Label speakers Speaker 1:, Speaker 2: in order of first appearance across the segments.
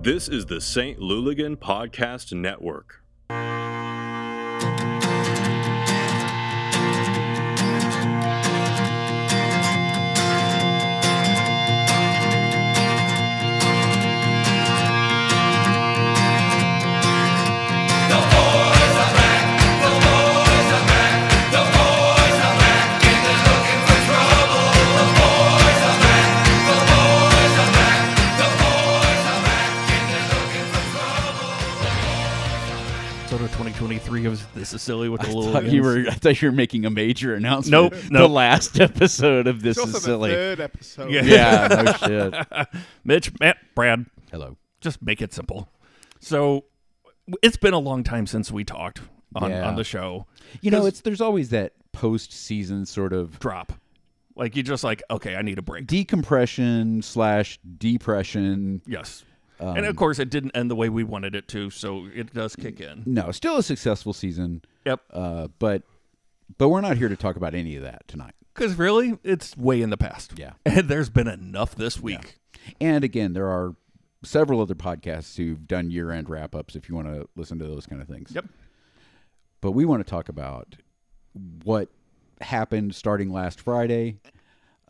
Speaker 1: This is the St. Luligan Podcast Network.
Speaker 2: episode of 2023 of This Is Silly with the
Speaker 3: I
Speaker 2: Little
Speaker 3: thought you were. I thought you were making a major announcement.
Speaker 2: Nope, nope.
Speaker 3: The last episode of this
Speaker 4: It's also
Speaker 3: is silly.
Speaker 4: the third episode.
Speaker 2: Yeah.
Speaker 3: Yeah. No shit.
Speaker 2: Mitch, Matt, Brad.
Speaker 3: Hello.
Speaker 2: Just make it simple. So w- it's been a long time since we talked on,
Speaker 3: Yeah.
Speaker 2: on the show.
Speaker 3: You know, it's there's always that post-season sort of
Speaker 2: Drop. Like you just like, okay, I need a break.
Speaker 3: decompression slash depression.
Speaker 2: Yes. and
Speaker 3: Um,
Speaker 2: of course, it didn't end the way we wanted it to, so it does kick in.
Speaker 3: No, still a successful season,
Speaker 2: Yep.
Speaker 3: uh, but but we're not here to talk about any of that tonight.
Speaker 2: Because really, it's way in the past.
Speaker 3: Yeah.
Speaker 2: And there's been enough this week.
Speaker 3: And again, there are several other podcasts who've done year-end wrap-ups. If you want to listen to those kind of things.
Speaker 2: Yep.
Speaker 3: but we want to talk about what happened starting last Friday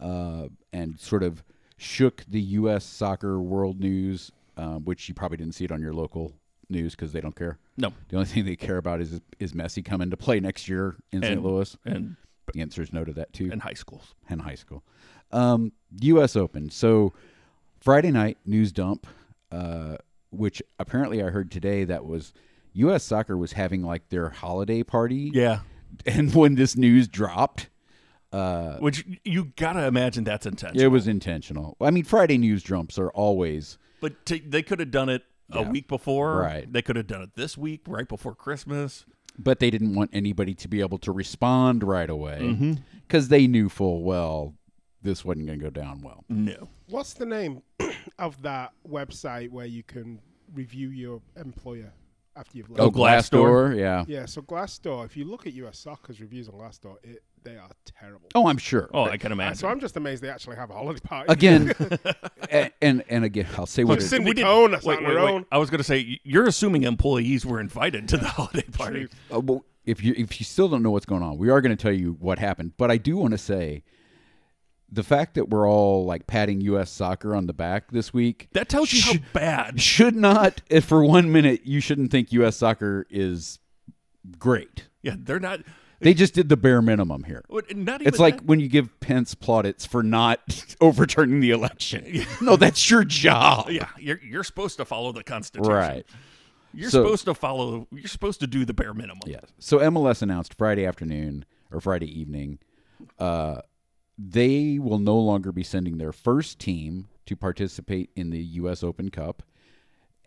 Speaker 3: uh, and sort of shook the U.S. soccer world news, um, which you probably didn't see it on your local news because they don't care.
Speaker 2: No.
Speaker 3: The only thing they care about is is Messi coming to play next year in
Speaker 2: And-
Speaker 3: St. Louis.
Speaker 2: And
Speaker 3: The answer is no to that too
Speaker 2: in high schools.
Speaker 3: and high school. Um, U.S. Open. So Friday night news dump, uh, which apparently I heard today that was U.S. soccer was having like their holiday party.
Speaker 2: Yeah.
Speaker 3: And when this news dropped,
Speaker 2: Which y- you got to imagine that's intense.
Speaker 3: it was intentional. I mean, Friday news dumps are always
Speaker 2: But to, they could have done it a week before.
Speaker 3: Right.
Speaker 2: They could have done it this week, right before Christmas.
Speaker 3: but they didn't want anybody to be able to respond right
Speaker 2: Mm-hmm.
Speaker 3: away because they knew full well this wasn't going to go down well.
Speaker 2: No.
Speaker 4: What's the name of that website where you can review your employer after you've left?
Speaker 2: Oh, Glassdoor?
Speaker 3: Glassdoor, yeah.
Speaker 4: Yeah, so Glassdoor, if you look at US Soccer's reviews on Glassdoor, it, they are terrible.
Speaker 3: Oh, I'm sure.
Speaker 2: Oh, I can
Speaker 4: So
Speaker 2: imagine.
Speaker 4: I'm just amazed they actually have a holiday party.
Speaker 3: Again, a- and and again, I'll say what
Speaker 4: Look,
Speaker 3: it is.
Speaker 4: Cindy
Speaker 2: didn't-
Speaker 4: Cohn us
Speaker 2: wait,
Speaker 4: on
Speaker 2: wait,
Speaker 4: her
Speaker 2: wait.
Speaker 4: own.
Speaker 2: I was going to say, y- you're assuming employees were invited to the holiday party.
Speaker 4: True.
Speaker 3: Uh, well, if you if you still don't know what's going on, we are going to tell you what happened. But I do want to say, the fact that we're all like patting U.S. soccer on the back this week
Speaker 2: That tells you how
Speaker 3: Sh-
Speaker 2: bad.
Speaker 3: should not. If for one minute you shouldn't think U.S. soccer is great,
Speaker 2: Yeah, they're not.
Speaker 3: they just did the bare minimum here.
Speaker 2: what- Not even
Speaker 3: It's like
Speaker 2: that.
Speaker 3: when you give Pence plaudits for not overturning the election. No, that's your job.
Speaker 2: Yeah, you're, you're supposed to follow the Constitution.
Speaker 3: Right.
Speaker 2: You're
Speaker 3: So-
Speaker 2: supposed to follow. You're supposed to do the bare minimum.
Speaker 3: Yes. So MLS announced Friday afternoon or Friday evening, uh, they will no longer be sending their first team to participate in the U.S. Open Cup,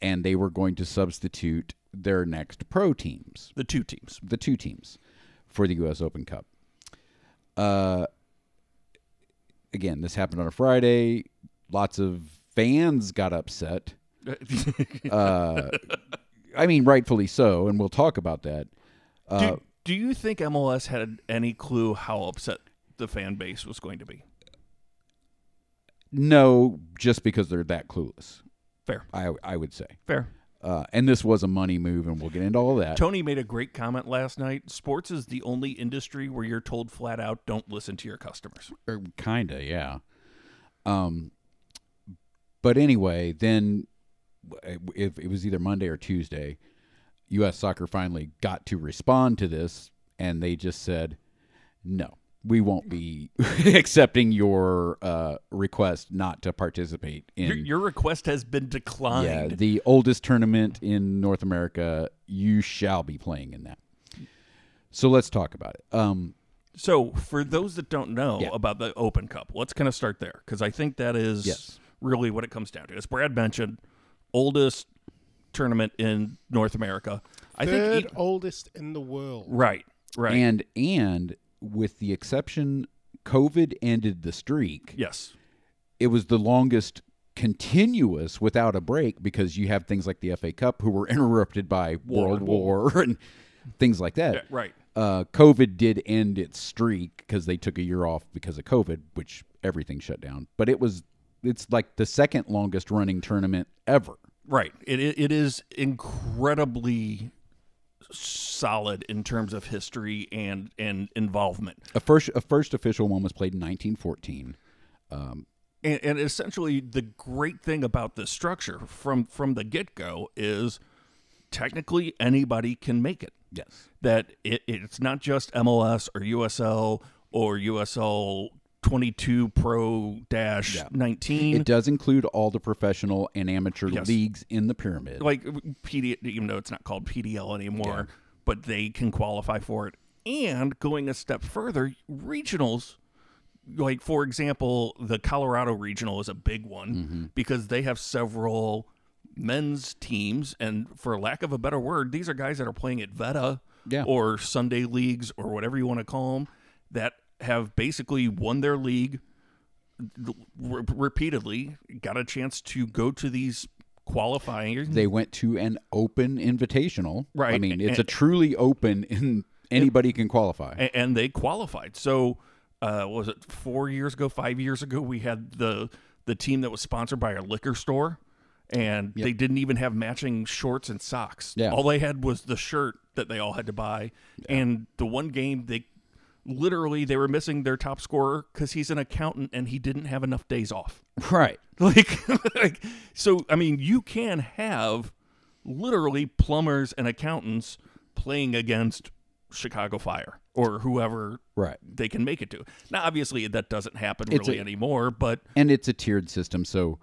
Speaker 3: and they were going to substitute their next pro teams,
Speaker 2: The two teams.
Speaker 3: the two teams, for the U.S. Open Cup. Uh, again, this happened on a Friday. Lots of fans got upset. Uh, I mean, rightfully so, and we'll talk about that. Uh,
Speaker 2: do, do you think MLS had any clue how upset the fan base was going to be?
Speaker 3: No, just because they're that clueless.
Speaker 2: Fair.
Speaker 3: I I would say.
Speaker 2: Fair.
Speaker 3: Uh, and this was a money move, and we'll get into all that.
Speaker 2: Tony made a great comment last night. Sports is the only industry where you're told flat out, don't listen to your customers.
Speaker 3: Er, Kinda, yeah. Um, but anyway, then w- if it was either Monday or Tuesday, U.S. Soccer finally got to respond to this, and they just said, "No, we won't be accepting your uh, request not to participate in
Speaker 2: Your, your request has been
Speaker 3: Yeah,
Speaker 2: declined.
Speaker 3: the oldest tournament in North America. You shall be playing in that. So let's talk about it. Um,
Speaker 2: so, for those that don't know
Speaker 3: Yeah.
Speaker 2: about the Open Cup, let's kind of start there because I think that is
Speaker 3: Yes.
Speaker 2: really what it comes down to. As Brad mentioned, oldest tournament in North America. I
Speaker 4: Third
Speaker 2: think. e-
Speaker 4: oldest in the world.
Speaker 2: right, right.
Speaker 3: and and with the exception, COVID ended the streak.
Speaker 2: yes.
Speaker 3: It was the longest continuous without a break because you have things like the FA Cup who were interrupted by World War, and things like that.
Speaker 2: Yeah, right.
Speaker 3: Uh, COVID did end its streak because they took a year off because of COVID, which everything shut down. But it was it's like the second longest running tournament ever.
Speaker 2: Right. It it it is incredibly solid in terms of history and and involvement.
Speaker 3: A first, a first official one was played in 1914.
Speaker 2: And, and essentially, the great thing about this structure from from the get go is technically anybody can make it.
Speaker 3: Yes.
Speaker 2: That it, it's not just MLS or USL or USL 22 Pro Dash 19.
Speaker 3: It does include all the professional and amateur
Speaker 2: Yes.
Speaker 3: leagues in the pyramid.
Speaker 2: like PD, even though it's not called PDL anymore, but they can qualify for it. And going a step further, regionals, like for example, the Colorado regional is a big one because they have several men's teams, and for lack of a better word, these are guys that are playing at Veta
Speaker 3: Yeah.
Speaker 2: or Sunday leagues or whatever you want to call them that have basically won their league re- repeatedly, got a chance to go to these qualifying
Speaker 3: they went to an open invitational. I
Speaker 2: Right,
Speaker 3: mean, it's a
Speaker 2: and-
Speaker 3: truly open, and anybody can qualify.
Speaker 2: and, and they qualified. So, uh, what was it four years ago, five years ago? We had the the team that was sponsored by a liquor store, and they didn't even have matching shorts and socks.
Speaker 3: Yeah.
Speaker 2: all they had was the shirt that they all had to buy, and the one game they literally they were missing their top scorer because he's an accountant and he didn't have enough days off.
Speaker 3: right.
Speaker 2: Like, like, so I mean, you can have literally plumbers and accountants playing against Chicago Fire or whoever
Speaker 3: Right.
Speaker 2: they can make it to. Now, obviously, that doesn't happen
Speaker 3: It's
Speaker 2: really
Speaker 3: a-
Speaker 2: anymore, but
Speaker 3: And it's a tiered system. So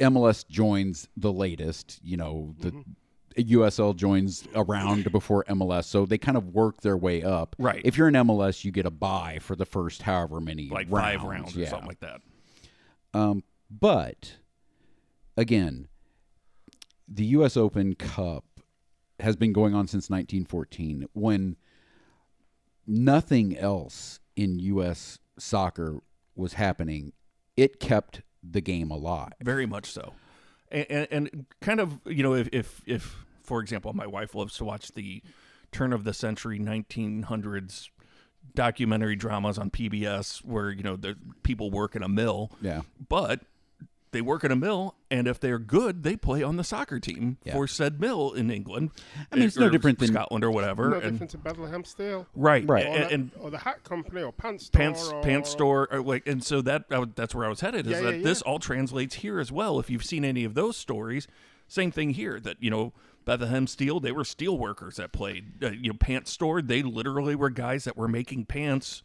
Speaker 3: MLS joins the latest, you know, the
Speaker 2: Mm-hmm.
Speaker 3: USL joins around before MLS. So they kind of work their way up.
Speaker 2: Right.
Speaker 3: If you're in MLS, you get a buy for the first however many
Speaker 2: like
Speaker 3: rounds.
Speaker 2: five rounds or
Speaker 3: yeah.
Speaker 2: something like that.
Speaker 3: Um, but again, the U.S. Open Cup has been going on since 1914 when nothing else in U.S. soccer was happening. It kept the game alive.
Speaker 2: Very much so, and, and, and kind of you know if, if if for example, my wife loves to watch the turn of the century 1900s documentary dramas on PBS where you know the people work in a mill.
Speaker 3: Yeah.
Speaker 2: but they work in a mill, and if they're good, they play on the soccer team for said mill in England. I
Speaker 3: mean, it's no different than-
Speaker 2: Scotland or whatever.
Speaker 4: No
Speaker 2: and-
Speaker 4: different to Bethlehem Steel.
Speaker 2: right,
Speaker 3: Right.
Speaker 4: Or,
Speaker 2: and,
Speaker 4: that-
Speaker 2: and
Speaker 4: or the hat company or pants store.
Speaker 2: pants
Speaker 4: or,
Speaker 2: pants store or like, and so that I would- that's where I was headed is
Speaker 4: Yeah,
Speaker 2: that
Speaker 4: yeah,
Speaker 2: this all translates here as well. If you've seen any of those stories, same thing here. That you know Bethlehem Steel, they were steel workers that played. Uh, you know, pants store, they literally were guys that were making pants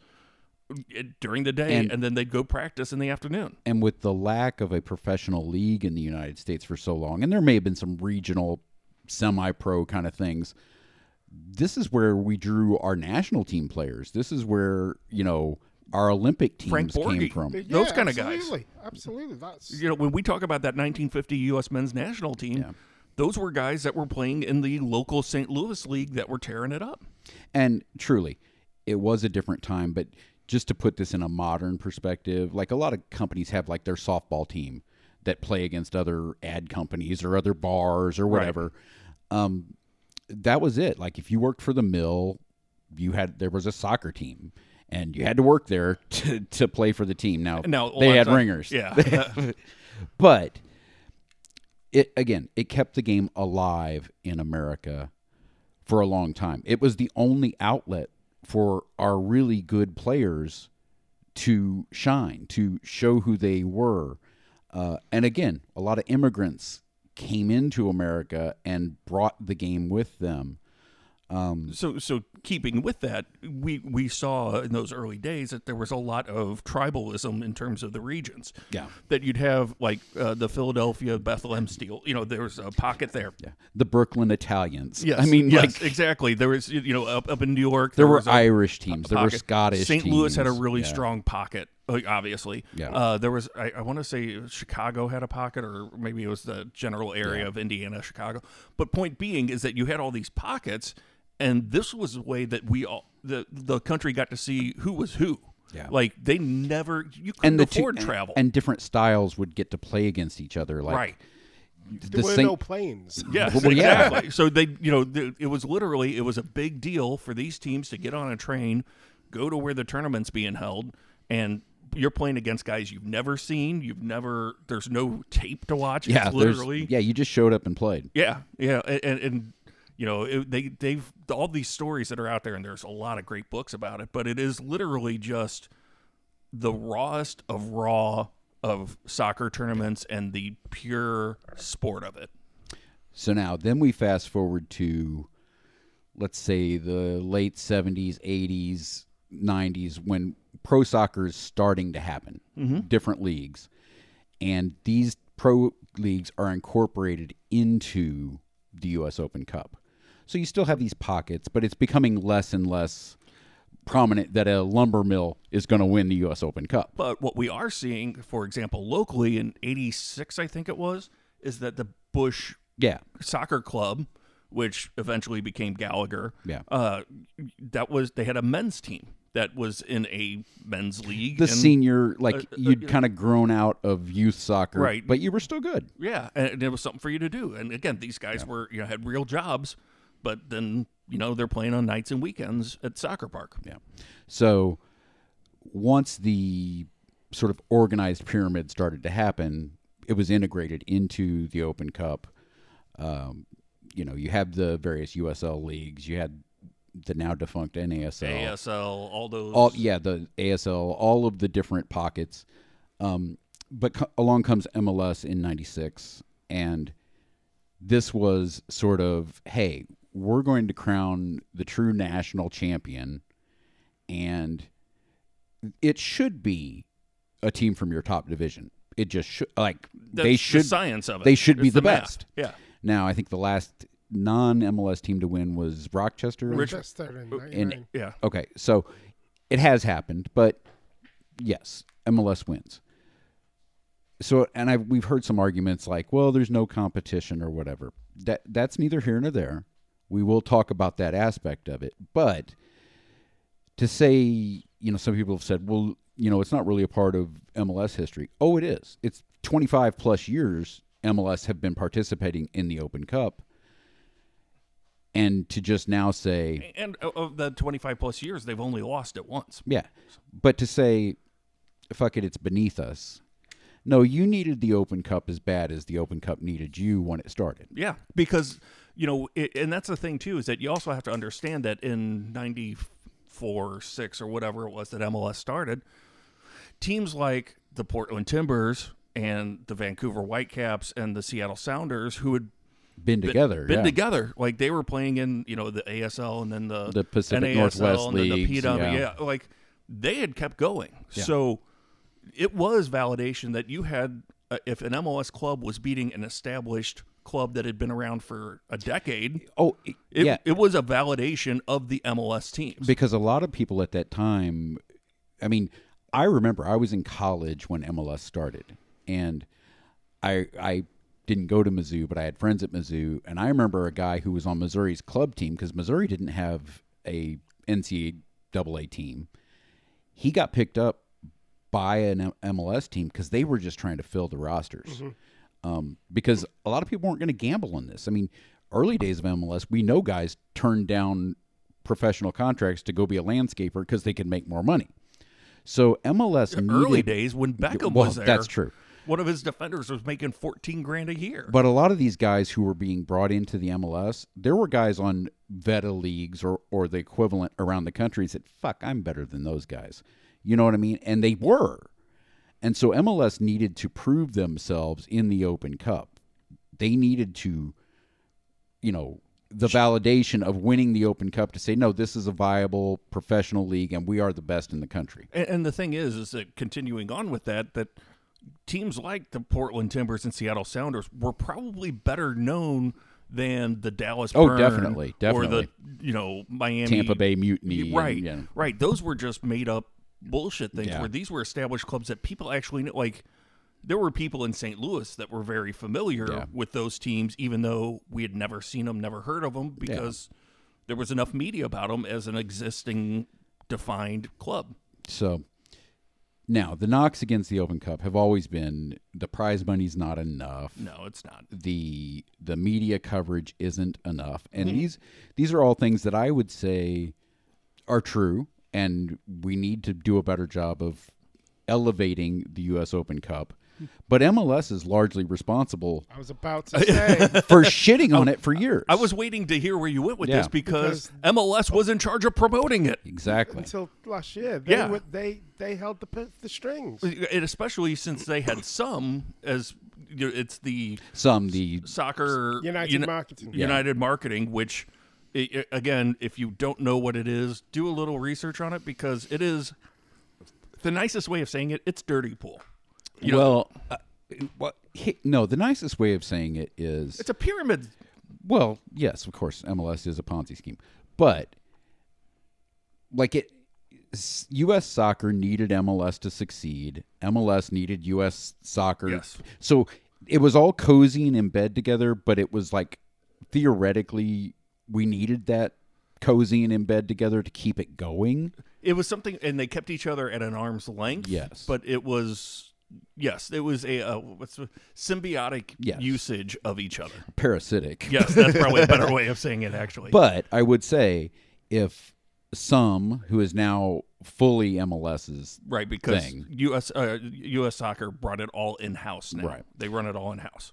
Speaker 2: uh, during the day,
Speaker 3: And-
Speaker 2: and then they'd go practice in the afternoon.
Speaker 3: And with the lack of a professional league in the United States for so long, and there may have been some regional semi-pro kind of things, this is where we drew our national team players. This is where, you know, our Olympic teams
Speaker 2: Frank
Speaker 3: came
Speaker 2: Borghi.
Speaker 3: from.
Speaker 4: Yeah,
Speaker 2: Those kinda guys.
Speaker 4: Absolutely. Absolutely. That's
Speaker 2: you know, when we talk about that 1950 U.S. men's national team, those were guys that were playing in the local St. Louis league that were tearing it up.
Speaker 3: And truly, it was a different time, but just to put this in a modern perspective, like a lot of companies have like their softball team that play against other ad companies or other bars or whatever. Um, that was it. Like if you worked for the mill, you had there was a soccer team and you had to work there to, to play for the team. Now,
Speaker 2: Now a
Speaker 3: they
Speaker 2: lot of
Speaker 3: had
Speaker 2: time-
Speaker 3: ringers.
Speaker 2: Yeah, uh,
Speaker 3: But it again, it kept the game alive in America for a long time. It was the only outlet for our really good players to shine, to show who they were. Uh, and again, a lot of immigrants came into America and brought the game with them.
Speaker 2: so so keeping with that, we we saw in those early days that there was a lot of tribalism in terms of the regions.
Speaker 3: Yeah.
Speaker 2: that you'd have like uh, the Philadelphia Bethlehem Steel. You know, there was a pocket there.
Speaker 3: Yeah. The Brooklyn Italians.
Speaker 2: Yes,
Speaker 3: I mean,
Speaker 2: yes,
Speaker 3: like
Speaker 2: exactly. There was you know up, up in New York
Speaker 3: there were
Speaker 2: was a-
Speaker 3: Irish teams, there were
Speaker 2: pocket.
Speaker 3: Scottish.
Speaker 2: St. Louis had a
Speaker 3: teams.
Speaker 2: really
Speaker 3: Yeah.
Speaker 2: strong pocket, like, obviously.
Speaker 3: Yeah.
Speaker 2: Uh, there was, I, I want to say Chicago had a pocket, or maybe it was the general area of Indiana, Chicago. But point being is that you had all these pockets, and this was the way that we all, the, the country got to see who was who.
Speaker 3: Yeah.
Speaker 2: Like they never, you couldn't
Speaker 3: and the
Speaker 2: afford
Speaker 3: two,
Speaker 2: travel.
Speaker 3: and different styles would get to play against each other. Like
Speaker 2: right.
Speaker 3: the
Speaker 4: there were
Speaker 3: Saint-
Speaker 4: no planes.
Speaker 2: Yes,
Speaker 3: Well, yeah.
Speaker 2: exactly. So they, you know, th it was literally it was a big deal for these teams to get on a train, go to where the tournament's being held, and you're playing against guys you've never seen. You've never. There's no tape to watch.
Speaker 3: Yeah,
Speaker 2: it's
Speaker 3: there's-
Speaker 2: literally.
Speaker 3: Yeah, you just showed up and played.
Speaker 2: Yeah, yeah, a- and and you know it, they they've all these stories that are out there, and there's a lot of great books about it. But it is literally just the rawest of raw of soccer tournaments and the pure sport of it.
Speaker 3: So now, then we fast forward to, let's say, the late 70s, 80s, 90s, when pro soccer is starting to happen, different leagues. And these pro leagues are incorporated into the U.S. Open Cup. So you still have these pockets, but it's becoming less and less prominent that a lumber mill is going to win the U.S. Open Cup.
Speaker 2: But what we are seeing, for example, locally in '86, I think it was, is that the Bush
Speaker 3: Yeah.
Speaker 2: soccer club, which eventually became Gallagher.
Speaker 3: Yeah.
Speaker 2: Uh, that was they had a men's team that was in a men's league.
Speaker 3: The
Speaker 2: and-
Speaker 3: senior, like,
Speaker 2: uh,
Speaker 3: you'd kind of grown out of youth soccer,
Speaker 2: Right.
Speaker 3: but you were still good.
Speaker 2: Yeah, and, and it was something for you to do. And again, these guys were you know had real jobs, but then you know they're playing on nights and weekends at soccer park.
Speaker 3: Yeah. So once the sort of organized pyramid started to happen, it was integrated into the Open Cup. Um, you know, you have the various USL leagues. You had the now defunct NASL.
Speaker 2: ASL, all those.
Speaker 3: All yeah, the ASL, all of the different pockets. Um, but co- along comes MLS in '96, and this was sort of, hey, we're going to crown the true national champion, and it should be a team from your top division. It just should like
Speaker 2: that's
Speaker 3: they
Speaker 2: the
Speaker 3: should
Speaker 2: science of it.
Speaker 3: they should be
Speaker 2: It's
Speaker 3: the
Speaker 2: math.
Speaker 3: best.
Speaker 2: Yeah,
Speaker 3: now. I think the last non MLS team to win was Rochester. in
Speaker 4: Manchester
Speaker 2: Oh,
Speaker 4: in 99.
Speaker 2: yeah.
Speaker 3: Okay, so it has happened, but yes, MLS wins. So, and I we've heard some arguments like, well, there's no competition or whatever. That that's neither here nor there. We will talk about that aspect of it, but to say, you know, some people have said, well, you know, it's not really a part of MLS history. Oh, it is. It's 25 plus years MLS have been participating in the Open Cup. And to just now say,
Speaker 2: And o- of the twenty five plus years, they've only lost it once.
Speaker 3: yeah. But to say, fuck it, it's beneath us. No, you needed the Open Cup as bad as the Open Cup needed you when it started.
Speaker 2: Yeah, because you know, it, and that's the thing too is that you also have to understand that in '94, six, or whatever it was that MLS started, teams like the Portland Timbers and the Vancouver Whitecaps and the Seattle Sounders, who had
Speaker 3: Been together.
Speaker 2: been
Speaker 3: yeah.
Speaker 2: together, like they were playing in you know the ASL and then the
Speaker 3: The
Speaker 2: NASL
Speaker 3: Pacific Northwest
Speaker 2: and then the
Speaker 3: leagues,
Speaker 2: PW,
Speaker 3: yeah.
Speaker 2: yeah, like they had kept going, so it was validation that you had uh, if an MLS club was beating an established club that had been around for a decade,
Speaker 3: Oh, i-
Speaker 2: it,
Speaker 3: yeah.
Speaker 2: it was a validation of the MLS teams.
Speaker 3: Because a lot of people at that time, I mean, I remember I was in college when MLS started, and I I didn't go to Mizzou, but I had friends at Mizzou, and I remember a guy who was on Missouri's club team because Missouri didn't have a NCAA team. He got picked up by an M- MLS team because they were just trying to fill the rosters. Um, because a lot of people weren't going to gamble on this. I mean, early days of MLS, we know guys turned down professional contracts to go be a landscaper because they could make more money. So MLS
Speaker 2: Early
Speaker 3: needed-
Speaker 2: days when Beckham
Speaker 3: well,
Speaker 2: was there,
Speaker 3: That's true.
Speaker 2: One of his defenders was making fourteen grand a year.
Speaker 3: But a lot of these guys who were being brought into the MLS, there were guys on Veta leagues or, or the equivalent around the country that, fuck, I'm better than those guys. You know what I mean? And they were. And so MLS needed to prove themselves in the Open Cup. They needed to, you know, the validation of winning the Open Cup to say, no, this is a viable professional league and we are the best in the country.
Speaker 2: And, and the thing is, is that continuing on with that, that teams like the Portland Timbers and Seattle Sounders were probably better known than the Dallas.
Speaker 3: Oh,
Speaker 2: Burn
Speaker 3: definitely,
Speaker 2: Or the
Speaker 3: definitely.
Speaker 2: you know Miami,
Speaker 3: Tampa Bay Mutiny. and,
Speaker 2: Right,
Speaker 3: you know.
Speaker 2: right. Those were just made up bullshit things.
Speaker 3: Yeah.
Speaker 2: Where these were established clubs that people actually knew. Like there were people in St. Louis that were very familiar
Speaker 3: Yeah.
Speaker 2: with those teams, even though we had never seen them, never heard of them, because there was enough media about them as an existing defined club.
Speaker 3: So now the knocks against the Open Cup have always been the prize money's not enough.
Speaker 2: No, it's not.
Speaker 3: The the media coverage isn't enough. And
Speaker 2: Hmm.
Speaker 3: these these are all things that I would say are true and we need to do a better job of elevating the U.S. Open Cup,
Speaker 2: Hmm.
Speaker 3: but MLS is largely responsible
Speaker 4: I was about to say.
Speaker 3: for shitting on it for years.
Speaker 2: Um, I was waiting to hear where you went with
Speaker 3: Yeah.
Speaker 2: this because, MLS was in charge of promoting it.
Speaker 3: exactly
Speaker 4: until last year, they
Speaker 2: Yeah.
Speaker 4: were, they they held the p- the strings.
Speaker 2: And especially since they had some as you know, it's the
Speaker 3: some the
Speaker 2: soccer
Speaker 4: United
Speaker 2: Uni-
Speaker 4: marketing.
Speaker 2: United Marketing, which i- i- again, if you don't know what it is, do a little research on it because it is the nicest way of saying it. It's dirty pool. You know-
Speaker 3: well. uh, what- he- no, the nicest way of saying it is
Speaker 2: It's a pyramid.
Speaker 3: Well, yes, of course, MLS is a Ponzi scheme, but like it, s- U.S. soccer needed MLS to succeed. MLS needed U.S. soccer.
Speaker 2: Yes.
Speaker 3: So it was all cozy and in bed together, but it was like theoretically we needed that cozy and in bed together to keep it going.
Speaker 2: It was something, and they kept each other at an arm's length.
Speaker 3: Yes.
Speaker 2: but it was yes, it was a uh, what's the- symbiotic
Speaker 3: Yes.
Speaker 2: usage of each other.
Speaker 3: Parasitic.
Speaker 2: Yes, that's probably a better way of saying it. Actually,
Speaker 3: But I would say if some who is now fully MLS's
Speaker 2: right because
Speaker 3: thing.
Speaker 2: U.S. Uh, U.S. Soccer brought it all in house now.
Speaker 3: Right.
Speaker 2: they run it all in house.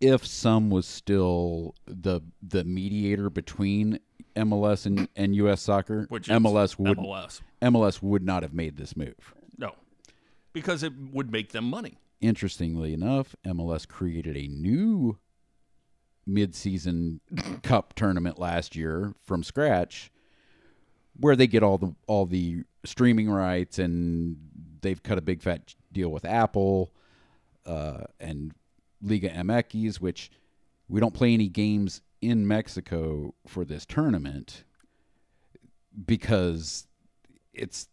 Speaker 3: if some was still the the mediator between MLS and, and US soccer,
Speaker 2: Which is
Speaker 3: MLS would MLS.
Speaker 2: MLS.
Speaker 3: would not have made this move.
Speaker 2: No, because it would make them money.
Speaker 3: Interestingly enough, MLS created a new midseason cup tournament last year from scratch where they get all the all the streaming rights and they've cut a big fat deal with Apple uh, and Liga MX, which we don't play any games in Mexico for this tournament because it's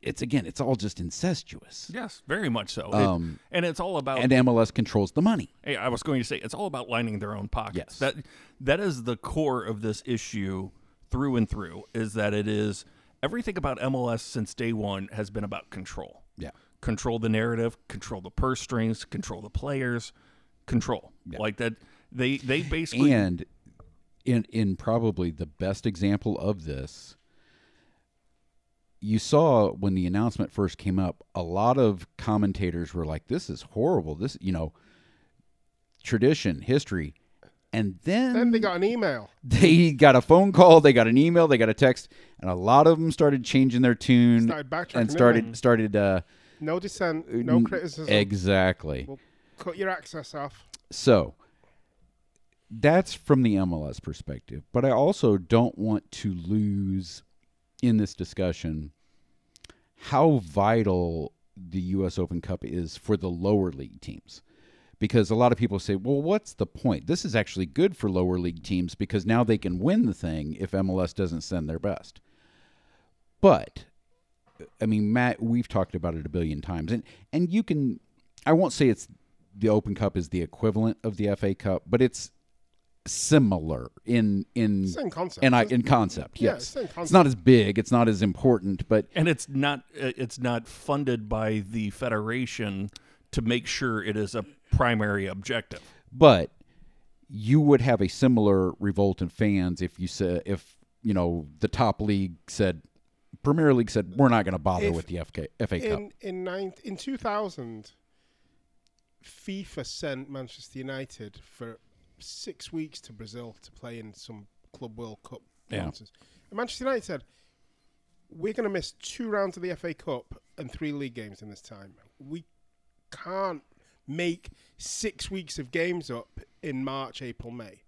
Speaker 3: it's again it's all just incestuous.
Speaker 2: Yes, very much so. It-
Speaker 3: Um,
Speaker 2: and it's all about.
Speaker 3: And MLS controls the money.
Speaker 2: hey, I was going to say it's all about lining their own pockets.
Speaker 3: Yes.
Speaker 2: That that is the core of this issue through and through. Is that it is everything about MLS since day one has been about control.
Speaker 3: Yeah.
Speaker 2: Control the narrative, control the purse strings, control the players, control like that. They they basically
Speaker 3: And in in probably the best example of this, you saw when the announcement first came up, a lot of commentators were like, "This is horrible. This, you know, tradition, history." And then,
Speaker 4: Then they got an email.
Speaker 3: they got a phone call, they got an email, they got a text, and a lot of them started changing their tune
Speaker 4: Started backtracking,
Speaker 3: and
Speaker 4: didn't
Speaker 3: started started uh,
Speaker 4: No dissent, no
Speaker 3: n-
Speaker 4: criticism.
Speaker 3: Exactly.
Speaker 4: We'll cut your access off.
Speaker 3: So that's from the MLS perspective. But I also don't want to lose in this discussion how vital the U.S. Open Cup is for the lower league teams. Because a lot of people say, well, what's the point? This is actually good for lower league teams because now they can win the thing if MLS doesn't send their best. But I mean, Matt, we've talked about it a billion times, and and you can, I won't say it's the Open Cup is the equivalent of the FA Cup, but it's similar in in
Speaker 4: Same concept.
Speaker 3: and I in concept.
Speaker 4: Yeah,
Speaker 3: yes,
Speaker 4: same
Speaker 3: it's not as big, it's not as important, but
Speaker 2: and it's not it's not funded by the federation to make sure it is a primary objective.
Speaker 3: but you would have a similar revolt in fans if you said if you know the top league said Premier League said we're not going to bother
Speaker 4: If-
Speaker 3: with the FK, FA Cup.
Speaker 4: in in nine, in 2000 FIFA sent Manchester United for 6 weeks to Brazil to play in some club world cup
Speaker 3: Yeah.
Speaker 4: nonsense. And Manchester United said we're going to miss two rounds of the FA Cup and three league games in this time. We can't make 6 weeks of games up in March, April, May.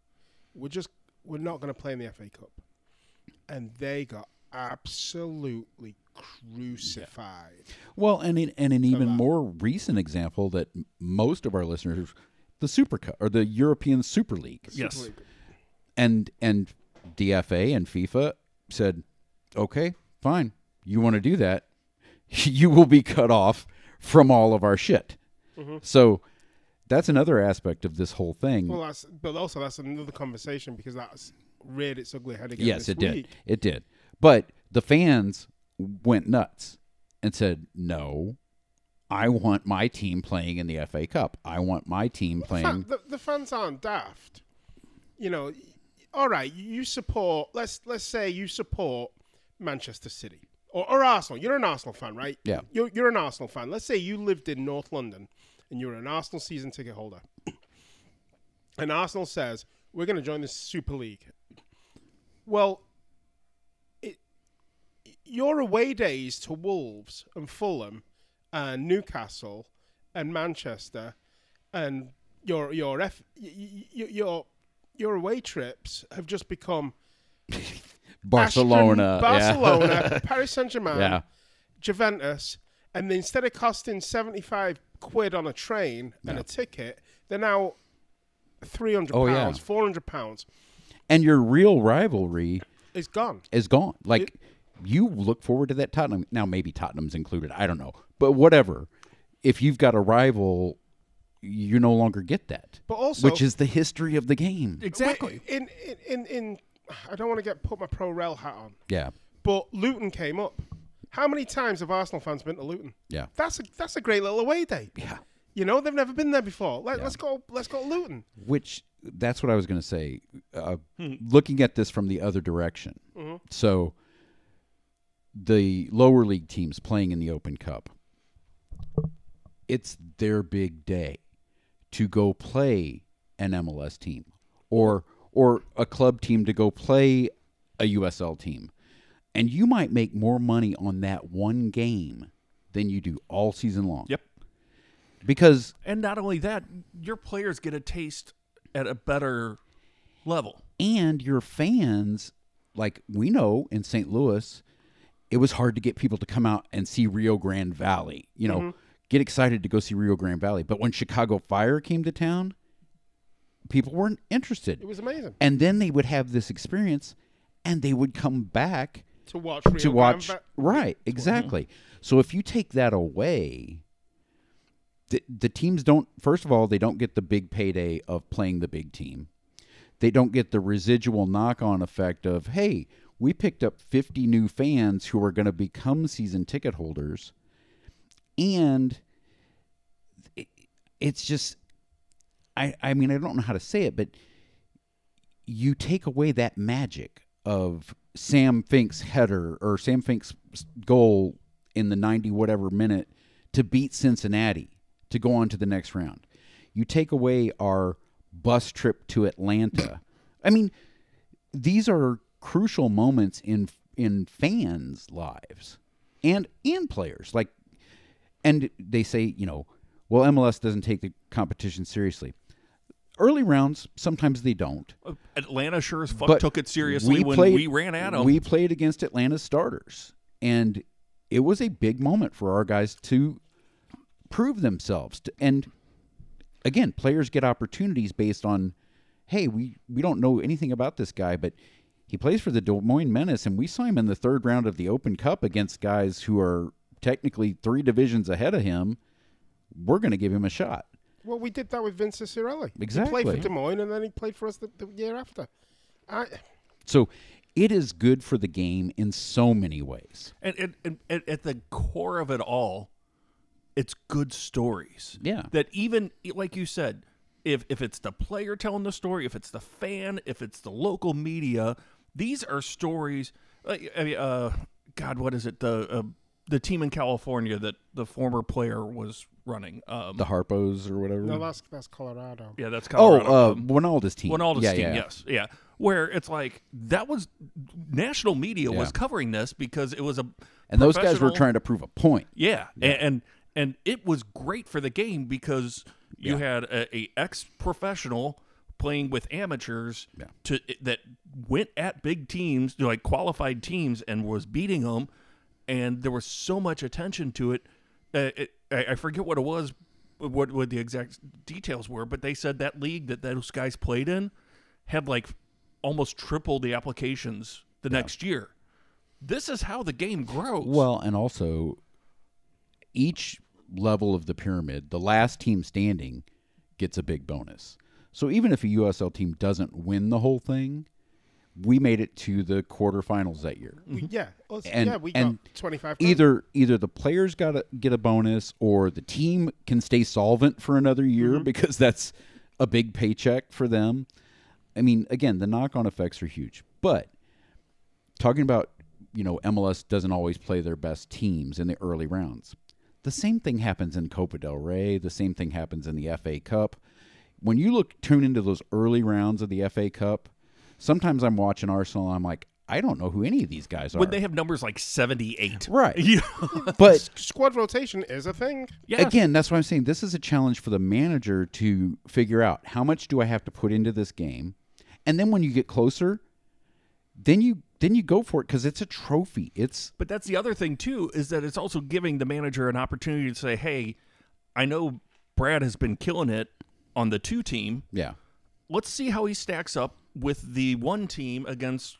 Speaker 4: We're just we're not going to play in the FA Cup. And they got absolutely crucified.
Speaker 3: Well, and in, and an even
Speaker 4: that.
Speaker 3: more recent example that m- most of our listeners, the Super Cup or the European Super League,
Speaker 2: Yes.
Speaker 3: and and DFA and FIFA said, okay, fine, you want to do that, you will be cut off from all of our shit.
Speaker 4: Mm-hmm.
Speaker 3: So that's another aspect of this whole thing.
Speaker 4: Well, that's but also that's another conversation because that's reared its ugly head again.
Speaker 3: yes,
Speaker 4: this
Speaker 3: it did.
Speaker 4: week.
Speaker 3: It did. But the fans went nuts and said, no. I want my team playing in the FA Cup. I want my team playing.
Speaker 4: Fan- the, the fans aren't daft. You know, all right, you support. Let's let's say you support Manchester City or, or Arsenal. You're an Arsenal fan, right?
Speaker 3: Yeah.
Speaker 4: You're, you're an Arsenal fan. Let's say you lived in North London and you're an Arsenal season ticket holder. And Arsenal says, we're going to join the Super League. Well, it, your away days to Wolves and Fulham and Newcastle and Manchester and your your F, y- y- y- your your away trips have just become
Speaker 3: Barcelona.
Speaker 4: Ashton-
Speaker 3: yeah.
Speaker 4: Barcelona, Paris Saint Germain,
Speaker 3: Yeah.
Speaker 4: Juventus, and instead of costing 75 quid on a train and a ticket, they're now 300
Speaker 3: Oh, yeah.
Speaker 4: pounds, 400 pounds.
Speaker 3: And your real rivalry
Speaker 4: It's gone.
Speaker 3: is gone. Like you look forward to that Tottenham. Now maybe Tottenham's included. I don't know. But whatever. If you've got a rival, you no longer get that.
Speaker 4: But also-
Speaker 3: which is the history of the game.
Speaker 2: Exactly.
Speaker 4: In, in, in, in I don't want to get put my pro rel hat on,
Speaker 3: yeah.
Speaker 4: but Luton came up. How many times have Arsenal fans been to Luton?
Speaker 3: Yeah.
Speaker 4: That's a that's a great little away day.
Speaker 3: Yeah.
Speaker 4: You know, they've never been there before. Let, Let's go let's go Luton.
Speaker 3: Which that's what I was going to say. Uh, Looking at this from the other direction, so the lower league teams playing in the Open Cup, it's their big day to go play an MLS team or or a club team to go play a USL team, and you might make more money on that one game than you do all season long.
Speaker 2: Yep.
Speaker 3: because
Speaker 2: And not only that, your players get a taste at a better level.
Speaker 3: and your fans like we know in St. Louis it was hard to get people to come out and see Rio Grande Valley you know get excited to go see Rio Grande Valley but when Chicago Fire came to town people weren't interested
Speaker 4: It was amazing
Speaker 3: and then they would have this experience and they would come back
Speaker 4: to watch. Rio
Speaker 3: to
Speaker 4: Grande Mm-hmm.
Speaker 3: watch
Speaker 4: Valley.
Speaker 3: right exactly so if you take that away the, the teams don't first of all they don't get the big payday of playing the big team they don't get the residual knock-on effect of hey we picked up 50 new fans who are going to become season ticket holders and it, it's just I, I mean i don't know how to say it but you take away that magic of Sam Fink's header or Sam Fink's goal in the 90 whatever minute to beat Cincinnati to go on to the next round. You take away our bus trip to Atlanta. I mean, these are crucial moments in in fans' lives and and players. Like and they say, you know, well MLS doesn't take the competition seriously. Early rounds, sometimes they don't
Speaker 2: Atlanta sure as fuck took it seriously when we ran at them.
Speaker 3: we played against Atlanta starters, and it was a big moment for our guys to prove themselves. To, and again, players get opportunities based on, hey, we we don't know anything about this guy, but he plays for the Des Moines Menace, and we saw him in the third round of the Open Cup against guys who are technically three divisions ahead of him. We're going to give him a shot.
Speaker 4: Well, we did that with Vince Cirelli. He played
Speaker 3: Exactly.
Speaker 4: for Des Moines and then he played for us the, the year after. I,
Speaker 3: So it is good for the game in so many ways.
Speaker 2: and, and, and, and at the core of it all, it's good stories.
Speaker 3: Yeah.
Speaker 2: That even like you said, if if it's the player telling the story, if it's the fan, if it's the local media, these are stories. Uh, I mean, uh, God, what is it? The uh, the team in California that the former player was running. Um,
Speaker 3: The Harpos or whatever.
Speaker 4: no, that's, that's Colorado.
Speaker 2: yeah, that's
Speaker 3: Oh,
Speaker 2: Colorado.
Speaker 3: uh,
Speaker 2: Um,
Speaker 3: Winalda's team.
Speaker 2: Winalda's
Speaker 3: yeah,
Speaker 2: team,
Speaker 3: yeah.
Speaker 2: yes, yeah. Where it's like that was national media was
Speaker 3: Yeah.
Speaker 2: covering this because it was a
Speaker 3: And those guys were
Speaker 2: professional-
Speaker 3: trying to prove a point.
Speaker 2: yeah, a- And, and it was great for the game because you had a, a ex professional playing with amateurs
Speaker 3: Yeah.
Speaker 2: to that went at big teams, like qualified teams, and was beating them. And there was so much attention to it. Uh, it I, I forget what it was, what what the exact details were, but they said that league that those guys played in had like almost triple the applications the next year. This is how the game grows.
Speaker 3: Well, and also each level of the pyramid, the last team standing gets a big bonus. So even if a USL team doesn't win the whole thing, we made it to the quarterfinals that year.
Speaker 4: We, yeah. us-
Speaker 3: Mm-hmm. And-
Speaker 4: yeah, we
Speaker 3: and
Speaker 4: got 25 grand.
Speaker 3: Either either the players got to get a bonus or the team can stay solvent for another year
Speaker 4: Mm-hmm.
Speaker 3: because that's a big paycheck for them. I mean, again, the knock-on effects are huge. But talking about you know, MLS doesn't always play their best teams in the early rounds. The same thing happens in Copa del Rey. The same thing happens in the FA Cup. When you look tune into those early rounds of the FA Cup, sometimes I'm watching Arsenal. and I'm like, I don't know who any of these guys are.
Speaker 2: When they have numbers like 78.
Speaker 3: right,
Speaker 2: You
Speaker 3: but
Speaker 4: Squad rotation is a thing.
Speaker 2: yeah.
Speaker 3: Again, that's what I'm saying. This is a challenge for the manager to figure out how much do I have to put into this game, and then when you get closer, then you then you go for it because it's a trophy. It's
Speaker 2: But that's the other thing too is that it's also giving the manager an opportunity to say, "Hey, I know Brad has been killing it on the two team.
Speaker 3: yeah,
Speaker 2: Let's see how he stacks up with the one team against,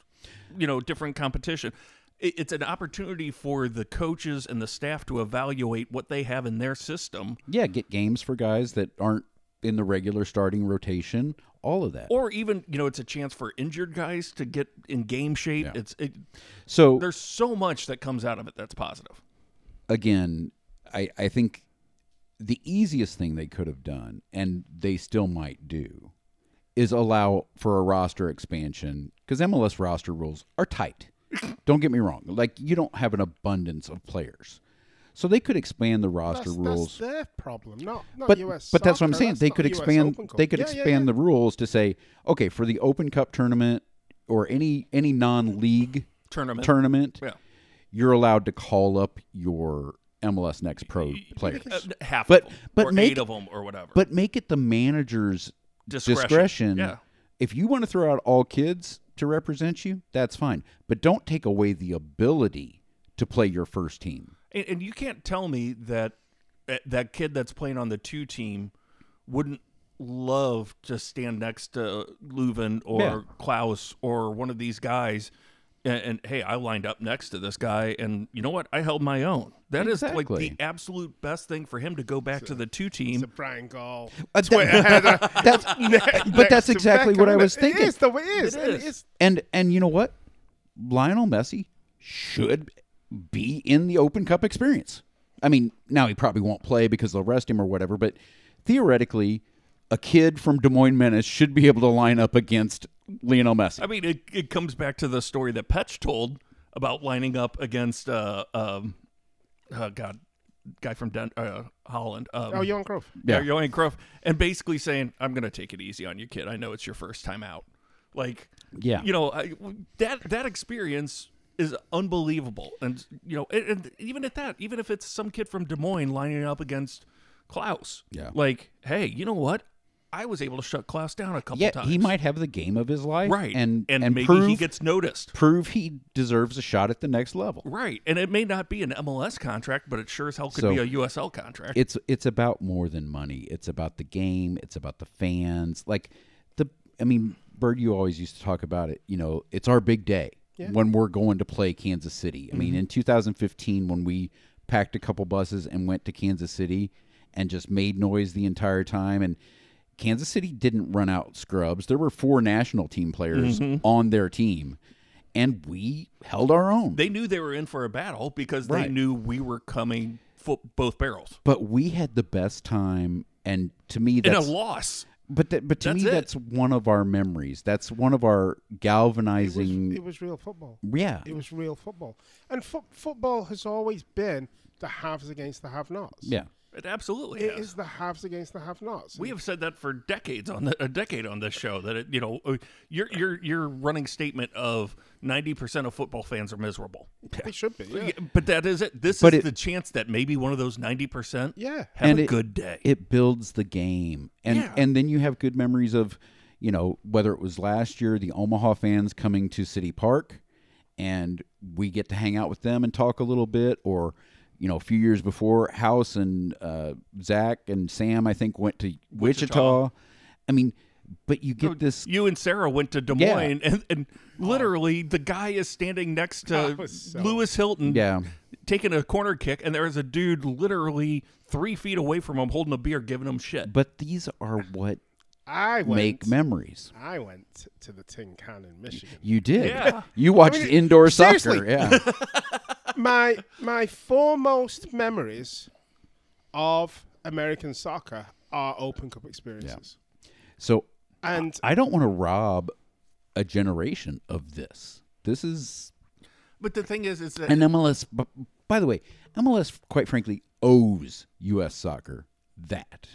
Speaker 2: you know, different competition." It- It's an opportunity for the coaches and the staff to evaluate what they have in their system,
Speaker 3: yeah. Get games for guys that aren't in the regular starting rotation. All of that.
Speaker 2: or even you know, it's a chance for injured guys to get in game shape. It's it,
Speaker 3: So
Speaker 2: there's so much that comes out of it that's positive.
Speaker 3: again, I, I think the easiest thing they could have done, and they still might do, is allow for a roster expansion because MLS roster rules are tight. don't get me wrong; like you don't have an abundance of players, so they could expand the roster
Speaker 4: That's,
Speaker 3: rules.
Speaker 4: that's their problem, not, not
Speaker 3: but
Speaker 4: US.
Speaker 3: but that's what I'm
Speaker 4: soccer,
Speaker 3: saying.
Speaker 4: that's
Speaker 3: They
Speaker 4: not
Speaker 3: could
Speaker 4: US
Speaker 3: expand.
Speaker 4: Open Cup.
Speaker 3: They could
Speaker 4: Yeah, yeah,
Speaker 3: expand
Speaker 4: yeah.
Speaker 3: the rules to say, okay, for the Open Cup tournament or any any non-league
Speaker 2: Tournament.
Speaker 3: tournament,
Speaker 2: Yeah.
Speaker 3: you're allowed to call up your MLS Next Pro players.
Speaker 2: Uh, half
Speaker 3: But-
Speaker 2: of them,
Speaker 3: but
Speaker 2: or
Speaker 3: make-
Speaker 2: eight of them or whatever.
Speaker 3: But make it the manager's discretion.
Speaker 2: Yeah.
Speaker 3: If you want to throw out all kids to represent you, that's fine. But don't take away the ability to play your first team.
Speaker 2: And, and you can't tell me that that- that kid that's playing on the two team wouldn't love to stand next to Leuven or
Speaker 3: Yeah.
Speaker 2: Klaus or one of these guys. And, and hey, I lined up next to this guy, and you know what? I held my own. That is like
Speaker 3: Exactly.
Speaker 2: the absolute best thing for him to go back to the two
Speaker 4: It's a
Speaker 2: team.
Speaker 4: Brian Gall.
Speaker 3: Uh, that- that's, but that's exactly what I was thinking.
Speaker 4: It is, though. It is.
Speaker 2: It
Speaker 4: and
Speaker 2: is.
Speaker 4: it's-
Speaker 3: And and you know what? Lionel Messi should be in the Open Cup experience. I mean, now he probably won't play because they'll rest him or whatever, but theoretically, a kid from Des Moines Menace should be able to line up against Lionel Messi.
Speaker 2: I mean, it, it comes back to the story that Petch told about lining up against uh um uh, God guy from Den- uh, Holland. Um,
Speaker 4: Oh, Johan Cruyff.
Speaker 3: Yeah.
Speaker 2: yeah. Johan Cruyff, and basically saying, "I'm going to take it easy on you, kid. I know it's your first time out. Like,
Speaker 3: Yeah.
Speaker 2: you know I, that that experience is unbelievable. And you know, and, and even at that, even if it's some kid from Des Moines lining up against Klaus,
Speaker 3: Yeah.
Speaker 2: like, hey, you know what? I was able to shut Klaus down a couple
Speaker 3: yeah,
Speaker 2: times.
Speaker 3: he might have the game of his life,
Speaker 2: right,
Speaker 3: And
Speaker 2: and, maybe
Speaker 3: prove,
Speaker 2: he gets noticed.
Speaker 3: prove he deserves a shot at the next level.
Speaker 2: Right, and it may not be an MLS contract, but it sure as hell could
Speaker 3: So-
Speaker 2: be a USL contract.
Speaker 3: It's it's about more than money. It's about the game. It's about the fans. Like the, I mean, Bird, you always used to talk about it. You know, it's our big day when we're going to play Kansas City. I
Speaker 2: Mm-hmm.
Speaker 3: mean, in 2015, when we packed a couple buses and went to Kansas City and just made noise the entire time and. Kansas City didn't run out scrubs. There were four national team players
Speaker 2: Mm-hmm.
Speaker 3: on their team, and we held our own.
Speaker 2: they knew they were in for a battle because they
Speaker 3: Right.
Speaker 2: knew we were coming fo- both barrels
Speaker 3: but we had the best time and to me
Speaker 2: in a
Speaker 3: that's
Speaker 2: loss.
Speaker 3: but that, but to
Speaker 2: that's
Speaker 3: me
Speaker 2: it.
Speaker 3: that's one of our memories that's one of our
Speaker 4: It was,
Speaker 3: galvanizing
Speaker 4: it was real football.
Speaker 3: yeah
Speaker 4: It was real football. And fo- football has always been the haves against the have-nots.
Speaker 3: yeah
Speaker 2: It absolutely
Speaker 4: It
Speaker 2: is.
Speaker 4: is the haves against the have-nots.
Speaker 2: We have said that for decades on the, a decade on this show that it, you know uh, your your your running statement of ninety percent of football fans are miserable,
Speaker 4: They should be. Yeah.
Speaker 2: Yeah, but that is it. This
Speaker 3: But
Speaker 2: is
Speaker 3: it-
Speaker 2: the chance that maybe one of those ninety percent
Speaker 4: Yeah.
Speaker 2: have
Speaker 3: And
Speaker 2: a
Speaker 3: it-
Speaker 2: good day.
Speaker 3: it builds the game and
Speaker 2: Yeah.
Speaker 3: and then you have good memories of you know whether it was last year the omaha fans coming to city park and we get to hang out with them and talk a little bit or you know a few years before house and uh, zach and sam i think went to wichita, i mean but you get this
Speaker 2: you and Sarah went to Des
Speaker 3: Yeah.
Speaker 2: Moines, and, and literally the guy is standing next to
Speaker 4: Oh. That was so-
Speaker 2: Lewis Hilton,
Speaker 3: yeah
Speaker 2: taking a corner kick, and there is a dude literally three feet away from him holding a beer, giving him shit.
Speaker 3: But these are what
Speaker 4: I went.
Speaker 3: make memories.
Speaker 4: I went to the Tin Can in Michigan.
Speaker 3: You did.
Speaker 2: Yeah.
Speaker 3: You watched indoor soccer.
Speaker 4: seriously.
Speaker 3: Yeah.
Speaker 4: my my foremost memories of American soccer are Open Cup experiences.
Speaker 3: So
Speaker 4: And
Speaker 3: I don't want to rob a generation of this. This is
Speaker 2: But the thing is, is that
Speaker 3: And MLS, b- by the way, MLS, quite frankly, owes U.S. soccer that.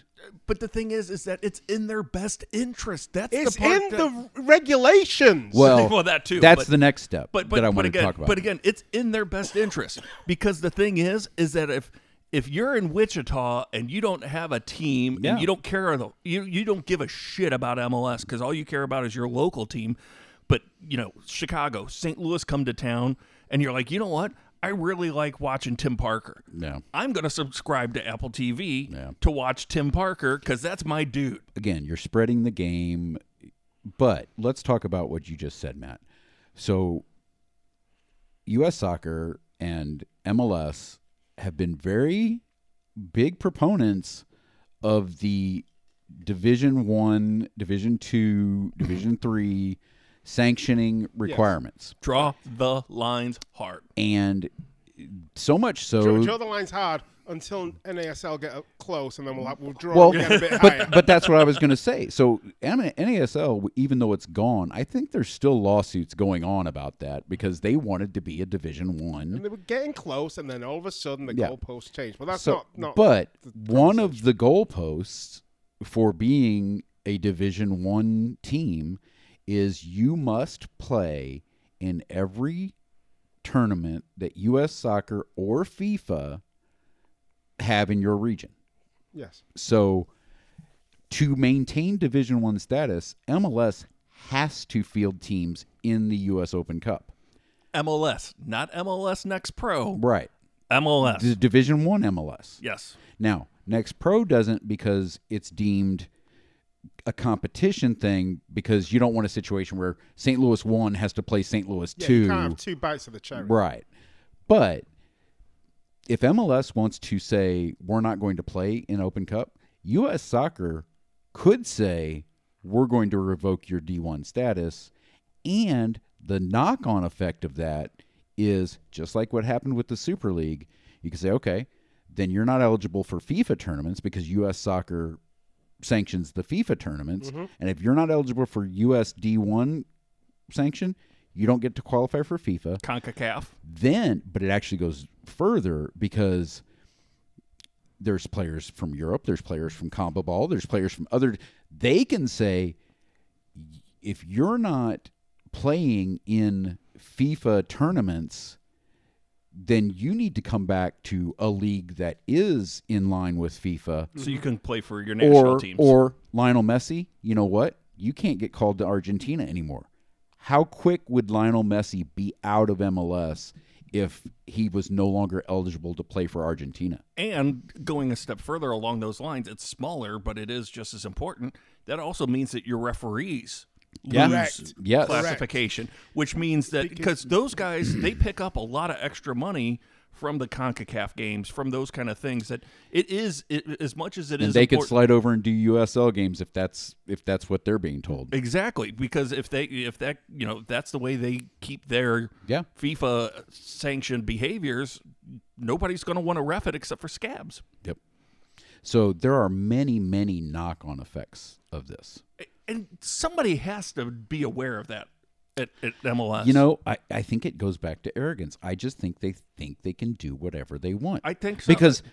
Speaker 2: but the thing is, is that it's in their best interest. That's
Speaker 4: It's
Speaker 2: the part
Speaker 4: in
Speaker 2: that-
Speaker 4: the regulations.
Speaker 3: Well,
Speaker 2: Well, that too,
Speaker 3: That's
Speaker 2: but-
Speaker 3: the next step
Speaker 2: but but,
Speaker 3: that I
Speaker 2: but
Speaker 3: want
Speaker 2: again,
Speaker 3: to talk about.
Speaker 2: but again, it's in their best interest because the thing is, is that if if you're in Wichita and you don't have a team
Speaker 3: Yeah.
Speaker 2: and you don't care the you you don't give a shit about MLS because all you care about is your local team. But you know, Chicago, St. Louis come to town, and you're like, you know what? I really like watching Tim Parker.
Speaker 3: no,
Speaker 2: I'm going to subscribe to Apple TV
Speaker 3: Yeah.
Speaker 2: to watch Tim Parker because that's my dude.
Speaker 3: again, you're spreading the game. But let's talk about what you just said, Matt. So, U.S. soccer and MLS have been very big proponents of the Division One, Division Two, Division Three sanctioning requirements,
Speaker 2: Draw the lines hard.
Speaker 3: and so much so
Speaker 4: Draw, draw the lines hard until NASL get up close, and then we'll, have, we'll draw
Speaker 3: Well,
Speaker 4: again a bit higher.
Speaker 3: but but that's what I was going to say. So M- NASL, even though it's gone, I think there's still lawsuits going on about that because they wanted to be a Division
Speaker 4: And
Speaker 3: One.
Speaker 4: they were getting close, and then all of a sudden the
Speaker 3: Yeah.
Speaker 4: goalposts changed. Well, that's
Speaker 3: So,
Speaker 4: not, not.
Speaker 3: but one of the goalposts for being a Division One team is you must play in every tournament that U.S. Soccer or FIFA have in your region.
Speaker 4: yes,
Speaker 3: So to maintain Division 1 status, MLS has to field teams in the US Open Cup.
Speaker 2: MLS, not MLS Next Pro.
Speaker 3: Right.
Speaker 2: MLS.
Speaker 3: The Division 1 MLS.
Speaker 2: Yes.
Speaker 3: Now, Next Pro doesn't because it's deemed a competition thing because you don't want a situation where St. Louis 1 has to play St. Louis
Speaker 4: yeah,
Speaker 3: 2.
Speaker 4: you can't have two bites of the cherry.
Speaker 3: Right. But if MLS wants to say we're not going to play in Open Cup, US soccer could say we're going to revoke your D1 status. And the knock on effect of that is just like what happened with the Super League, you can say, okay, then you're not eligible for FIFA tournaments because US soccer sanctions the FIFA tournaments. And if you're not eligible for US D1 sanction, you don't get to qualify for FIFA
Speaker 2: CONCACAF.
Speaker 3: then but it actually goes further because there's players from Europe, there's players from Combo Ball, there's players from other they can say if you're not playing in FIFA tournaments then you need to come back to a league that is in line with FIFA
Speaker 2: So you can play for your national
Speaker 3: Mm-hmm. or
Speaker 2: teams.
Speaker 3: or Lionel Messi, you know what? You can't get called to Argentina anymore. How quick would Lionel Messi be out of MLS if he was no longer eligible to play for Argentina?
Speaker 2: and going a step further along those lines, it's smaller, but it is just as important. That also means that your referees
Speaker 3: Yeah.
Speaker 4: Correct.
Speaker 2: lose
Speaker 3: Yes.
Speaker 2: classification, which means that because those guys they pick up a lot of extra money from the CONCACAF games, from those kind of things. That it is it, as much as it is.
Speaker 3: And they could
Speaker 2: important-
Speaker 3: slide over and do USL games if that's if that's what they're being told.
Speaker 2: Exactly, because if they if that you know that's the way they keep their
Speaker 3: Yeah.
Speaker 2: FIFA sanctioned behaviors, nobody's going to want to ref it except for scabs.
Speaker 3: Yep. So there are many many knock-on effects of this.
Speaker 2: And somebody has to be aware of that at, at MLS.
Speaker 3: You know, I, I think it goes back to arrogance. I just think they think they can do whatever they want.
Speaker 2: I think so.
Speaker 3: because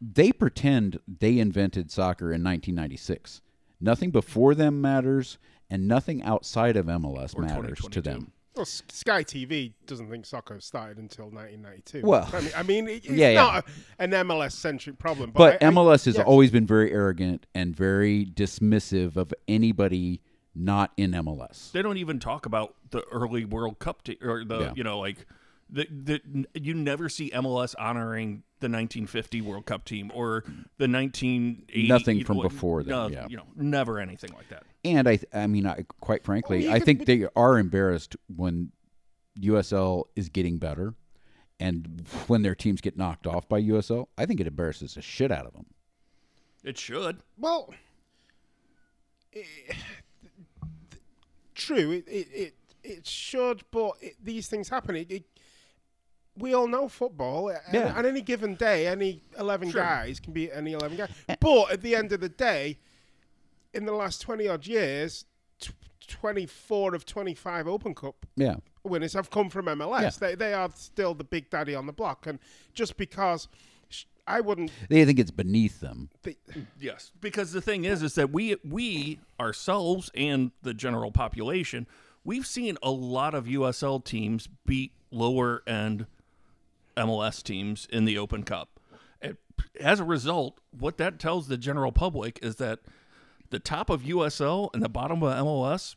Speaker 3: they pretend they invented soccer in 1996. Nothing before them matters, and nothing outside of MLS matters to them.
Speaker 4: Well, S- Sky TV doesn't think soccer started until 1992.
Speaker 3: Well,
Speaker 4: I mean, I mean it- it's
Speaker 3: yeah, yeah.
Speaker 4: not a, an MLS centric problem,
Speaker 3: But
Speaker 4: but, I- I-
Speaker 3: MLS has
Speaker 4: yes.
Speaker 3: always been very arrogant and very dismissive of anybody not in MLS.
Speaker 2: they don't even talk about the early World Cup t- or the
Speaker 3: Yeah.
Speaker 2: you know like the, the you never see MLS honoring the 1950 World Cup team or the 1980
Speaker 3: Nothing
Speaker 2: you
Speaker 3: from
Speaker 2: know,
Speaker 3: before
Speaker 2: no,
Speaker 3: that, yeah.
Speaker 2: you know, never anything like that.
Speaker 3: And I, I mean, I, quite frankly,
Speaker 4: you
Speaker 3: I
Speaker 4: could-
Speaker 3: think they are embarrassed when USL is getting better, and when their teams get knocked off by USL. I think it embarrasses the shit out of them.
Speaker 2: It should.
Speaker 4: Well, it- true. It it, it it should, but it, these things happen. It, it, we all know football. and-
Speaker 3: Yeah.
Speaker 4: On any given day, any eleven
Speaker 2: Sure.
Speaker 4: guys can be any
Speaker 3: Eh.
Speaker 4: eleven guys. But at the end of the day, in the last twenty odd years, t- 24 of 25 Open Cup
Speaker 3: Yeah.
Speaker 4: winners have come from MLS.
Speaker 3: Yeah.
Speaker 4: They, they are still the big daddy on the block. And just because sh- I wouldn't.
Speaker 3: They think it's beneath them.
Speaker 4: Th-
Speaker 2: Yes, because the thing is, is that we we ourselves and the general population, we've seen a lot of USL teams beat lower end MLS teams in the Open Cup. And As a result, what that tells the general public is that the top of USL and the bottom of MLS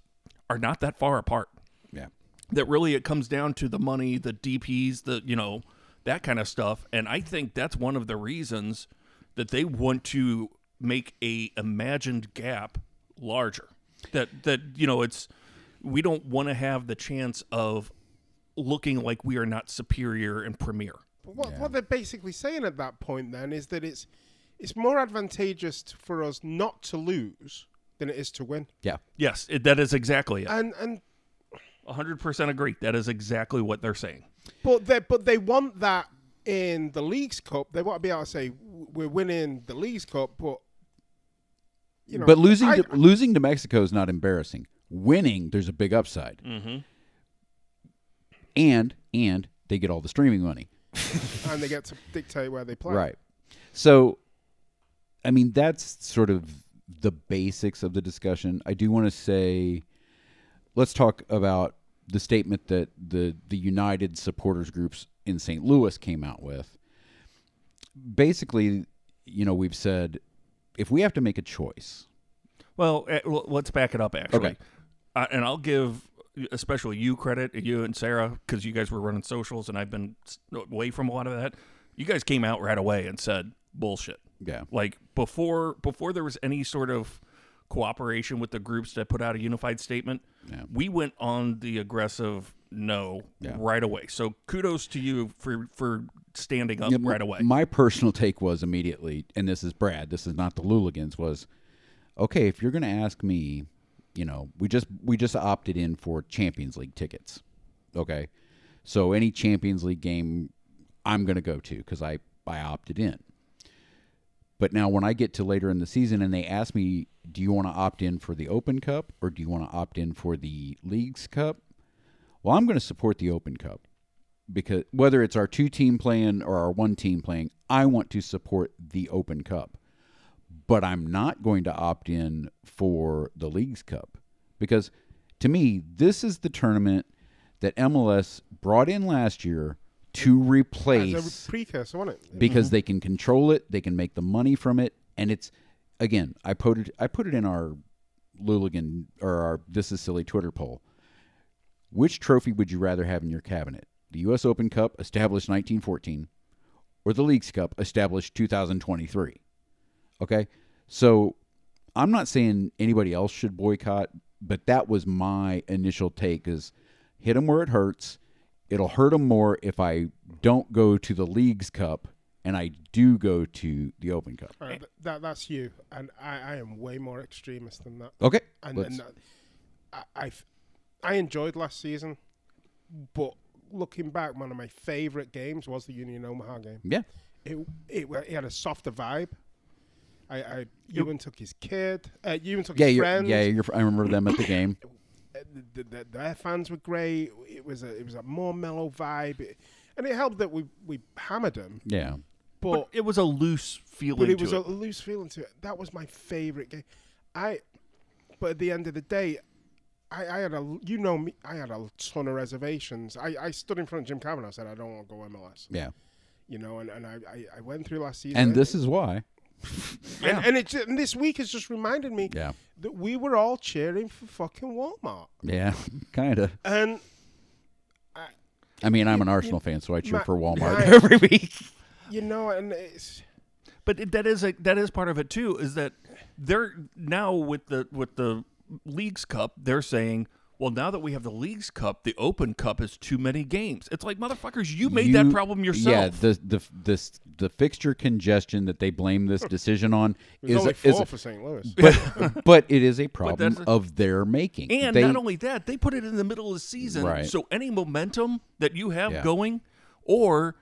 Speaker 2: are not that far apart
Speaker 3: Yeah.
Speaker 2: that really it comes down to the money, the DPs, the you know that kind of stuff. And I think that's one of the reasons that they want to make a imagined gap larger. That that you know it's we don't want to have the chance of looking like we are not superior and premier.
Speaker 4: What, what they're basically saying at that point then is that it's it's more advantageous t- for us not to lose than it is to win.
Speaker 3: Yeah.
Speaker 2: Yes, it, that is exactly it.
Speaker 4: And and
Speaker 2: 100% agree. That is exactly what they're saying.
Speaker 4: But they but they want that in the League's Cup. They want to be able to say we're winning the League's Cup, but you know,
Speaker 3: but losing
Speaker 4: I-
Speaker 3: to, losing to Mexico is not embarrassing. Winning, there's a big upside.
Speaker 4: Mm-hmm.
Speaker 3: And and they get all the streaming money.
Speaker 4: and they get to dictate where they play.
Speaker 3: Right. So, I mean, that's sort of the basics of the discussion. I do want to say, let's talk about the statement that the the United supporters groups in St. Louis came out with. Basically, you know, we've said if we have to make a choice,
Speaker 2: Well, eh, l- let's back it up actually.
Speaker 3: Okay.
Speaker 2: Uh, and I'll give especially you credit, you and Sarah, because you guys were running socials and I've been s- away from a lot of that. You guys came out right away and said bullshit.
Speaker 3: yeah,
Speaker 2: Like before before there was any sort of cooperation with the groups that put out a unified statement,
Speaker 3: Yeah.
Speaker 2: we went on the aggressive no
Speaker 3: Yeah.
Speaker 2: right away. So kudos to you for for standing up
Speaker 3: Yeah, m-
Speaker 2: right away.
Speaker 3: My personal take was immediately, and this is Brad. This is not the Luligans. Was okay if you're going to ask me. You know, we just we just opted in for Champions League tickets. Okay, so any Champions League game, I'm going to go to because I I opted in. But now when I get to later in the season and they ask me, do you want to opt in for the Open Cup or do you want to opt in for the League's Cup? Well, I'm going to support the Open Cup because whether it's our two team playing or our one team playing, I want to support the Open Cup. But I'm not going to opt in for the League's Cup because to me, this is the tournament that MLS brought in last year to replace
Speaker 4: As a precursor, wasn't it?
Speaker 3: because they can control it, they can make the money from it, and it's again, I put it I put it in our Luligan or our This Is Silly Twitter poll. Which trophy would you rather have in your cabinet? The US Open Cup, established 1914, or the League's Cup, established 2023. Okay? So I'm not saying anybody else should boycott, but that was my initial take is hit them where it hurts. It'll hurt them more if I don't go to the league's cup and I do go to the Open Cup.
Speaker 4: All right, th- that that's you, and I, I am way more extremist than that.
Speaker 3: Okay.
Speaker 4: And,
Speaker 3: let's-
Speaker 4: and that, I I've- I enjoyed last season, but looking back, one of my favorite games was the Union Omaha game.
Speaker 3: yeah.
Speaker 4: it it, wa- it had a softer vibe. I, I Ewan took his kid. Uh, Ewan took
Speaker 3: Yeah,
Speaker 4: his
Speaker 3: you're,
Speaker 4: friend.
Speaker 3: yeah, you're, I remember them at the game.
Speaker 4: Uh, th- th- th- their fans were great. It was a it was a more mellow vibe, It- and it helped that we we hammered them.
Speaker 3: Yeah.
Speaker 4: But
Speaker 2: it was a loose feeling
Speaker 4: but it
Speaker 2: to
Speaker 4: was a loose feeling to it. That was my favorite game. I, but at the end of the day, I, I had a you know me. I had a ton of reservations. I, I stood in front of Jim Cavanaugh. and said I don't want to go MLS.
Speaker 3: Yeah.
Speaker 4: You know, and, and I, I I went through last season.
Speaker 3: And this is why.
Speaker 4: And, and, it, and this week has just reminded me
Speaker 3: Yeah.
Speaker 4: that we were all cheering for fucking Walmart.
Speaker 3: Yeah. kind of.
Speaker 4: And
Speaker 3: I mean, I'm an Arsenal fan, so I cheer
Speaker 4: my-
Speaker 3: for Walmart
Speaker 4: my-
Speaker 3: every week.
Speaker 4: you know, and it's
Speaker 2: but it- that is a, that is part of it too is that they're now with the with the league's cup they're saying well now that we have the league's cup the open cup is too many games it's like motherfuckers you made that
Speaker 3: You-
Speaker 2: problem yourself
Speaker 3: Yeah, the the this the fixture congestion that they blame this decision on
Speaker 4: it was
Speaker 3: is
Speaker 4: only
Speaker 3: a, is
Speaker 4: four
Speaker 3: a-
Speaker 4: for St. Louis.
Speaker 3: but but it is a problem
Speaker 2: that's a-
Speaker 3: of their making.
Speaker 2: And
Speaker 3: They-
Speaker 2: not only that, they put it in the middle of the season.
Speaker 3: Right.
Speaker 2: So any momentum that you have
Speaker 3: Yeah.
Speaker 2: going, or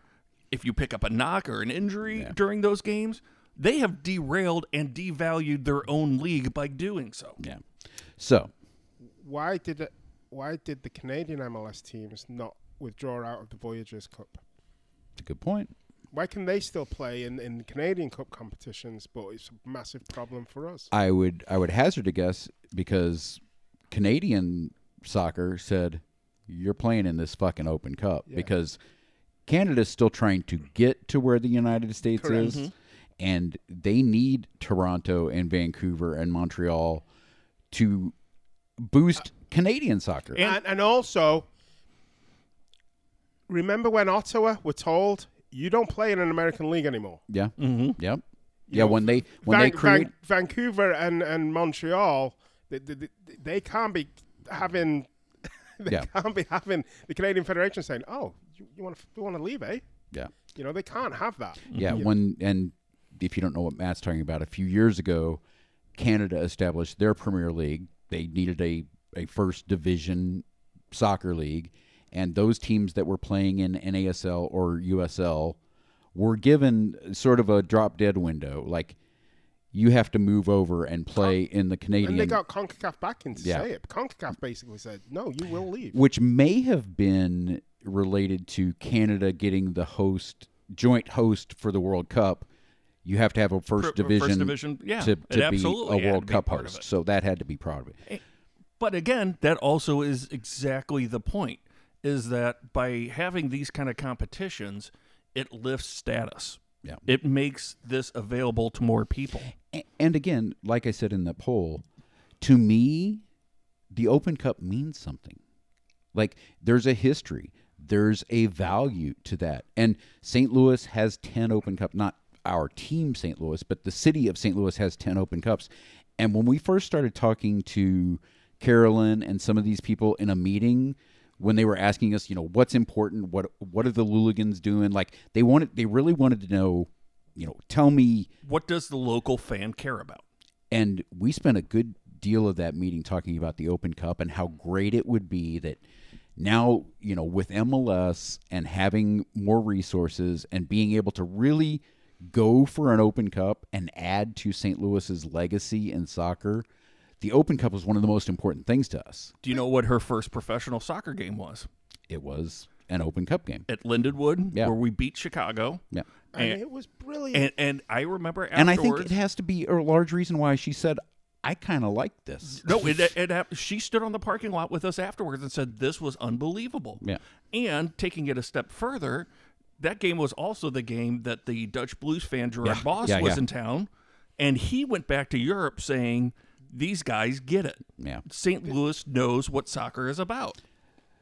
Speaker 2: if you pick up a knock or an injury during those games, they have derailed and devalued their own league by doing so.
Speaker 3: yeah. So
Speaker 4: why did it, why did the Canadian MLS teams not withdraw out of the Voyagers Cup?
Speaker 3: It's a good point.
Speaker 4: Why can they still play in, in the Canadian Cup competitions, but it's a massive problem for us?
Speaker 3: I would I would hazard a guess because Canadian soccer said you're playing in this fucking open cup
Speaker 4: Yeah.
Speaker 3: because Canada's still trying to get to where the United States
Speaker 4: Correct. Mm-hmm.
Speaker 3: is and they need Toronto and Vancouver and Montreal to boost Canadian soccer.
Speaker 2: And-
Speaker 4: Uh, And, and also, remember when Ottawa were told you don't play in an American league anymore?
Speaker 3: yeah.
Speaker 2: Mhm.
Speaker 3: Yep. Yeah,
Speaker 4: Mm-hmm. know,
Speaker 3: when they when they
Speaker 4: Van-
Speaker 3: create
Speaker 4: Van- Vancouver and, and Montreal, they, they, they- they can't be having. They
Speaker 3: Yeah.
Speaker 4: can't be having the Canadian Federation saying, "Oh, you, you want to you want to leave, eh?"
Speaker 3: Yeah.
Speaker 4: You know they can't have that.
Speaker 3: Yeah, when and if you don't know what Matt's talking about, a few years ago, Canada established their Premier League. They needed a a first division soccer league, and those teams that were playing in NASL or USL were given sort of a drop dead window, like you have to move over and play in the Canadian
Speaker 4: And they got Concacaf back in to
Speaker 3: Yeah.
Speaker 4: say it. Concacaf basically said, "No, you will leave."
Speaker 3: which may have been related to Canada getting the host joint host for the World Cup. You have to have a first
Speaker 2: Fir- first
Speaker 3: division,
Speaker 2: division, yeah,
Speaker 3: to,
Speaker 2: it
Speaker 3: to be
Speaker 2: absolutely
Speaker 3: a
Speaker 2: had to
Speaker 3: World
Speaker 2: be
Speaker 3: Cup
Speaker 2: part of
Speaker 3: host.
Speaker 2: it.
Speaker 3: So that had to be proud of it.
Speaker 2: But again, that also is exactly the point is that by having these kind of competitions, it lifts status.
Speaker 3: Yeah.
Speaker 2: It makes this available to more people.
Speaker 3: A- And again, like I said in that poll, to me, the Open Cup means something. Like there's a history, there's a value to that. And St. Louis has 10 Open Cup, not our team St. Louis, but the city of St. Louis has 10 Open Cups. And when we first started talking to Carolyn and some of these people in a meeting, when they were asking us, you know, what's important, what what are the Luligans doing? Like they wanted they really wanted to know, you know, tell me
Speaker 2: What does the local fan care about?
Speaker 3: and we spent a good deal of that meeting talking about the Open Cup and how great it would be that now, you know, with MLS and having more resources and being able to really go for an Open Cup and add to St. Louis's legacy in soccer, the Open Cup was one of the most important things to us.
Speaker 2: Do you know what her first professional soccer game was?
Speaker 3: It was an Open Cup game.
Speaker 2: At Lindenwood,
Speaker 3: Yeah.
Speaker 2: where we beat Chicago.
Speaker 3: Yeah.
Speaker 4: And,
Speaker 2: And,
Speaker 4: it was brilliant.
Speaker 2: and, and I remember afterwards.
Speaker 3: And I think it has to be a large reason why she said, I kind of like this.
Speaker 2: No, it, it, hap- she stood on the parking lot with us afterwards and said this was unbelievable.
Speaker 3: Yeah.
Speaker 2: And taking it a step further, that game was also the game that the Dutch blues fan Gerard Boss
Speaker 3: yeah,
Speaker 2: was
Speaker 3: yeah.
Speaker 2: in town, and he went back to Europe saying these guys get it.
Speaker 3: Yeah.
Speaker 2: St. Louis knows what soccer is about.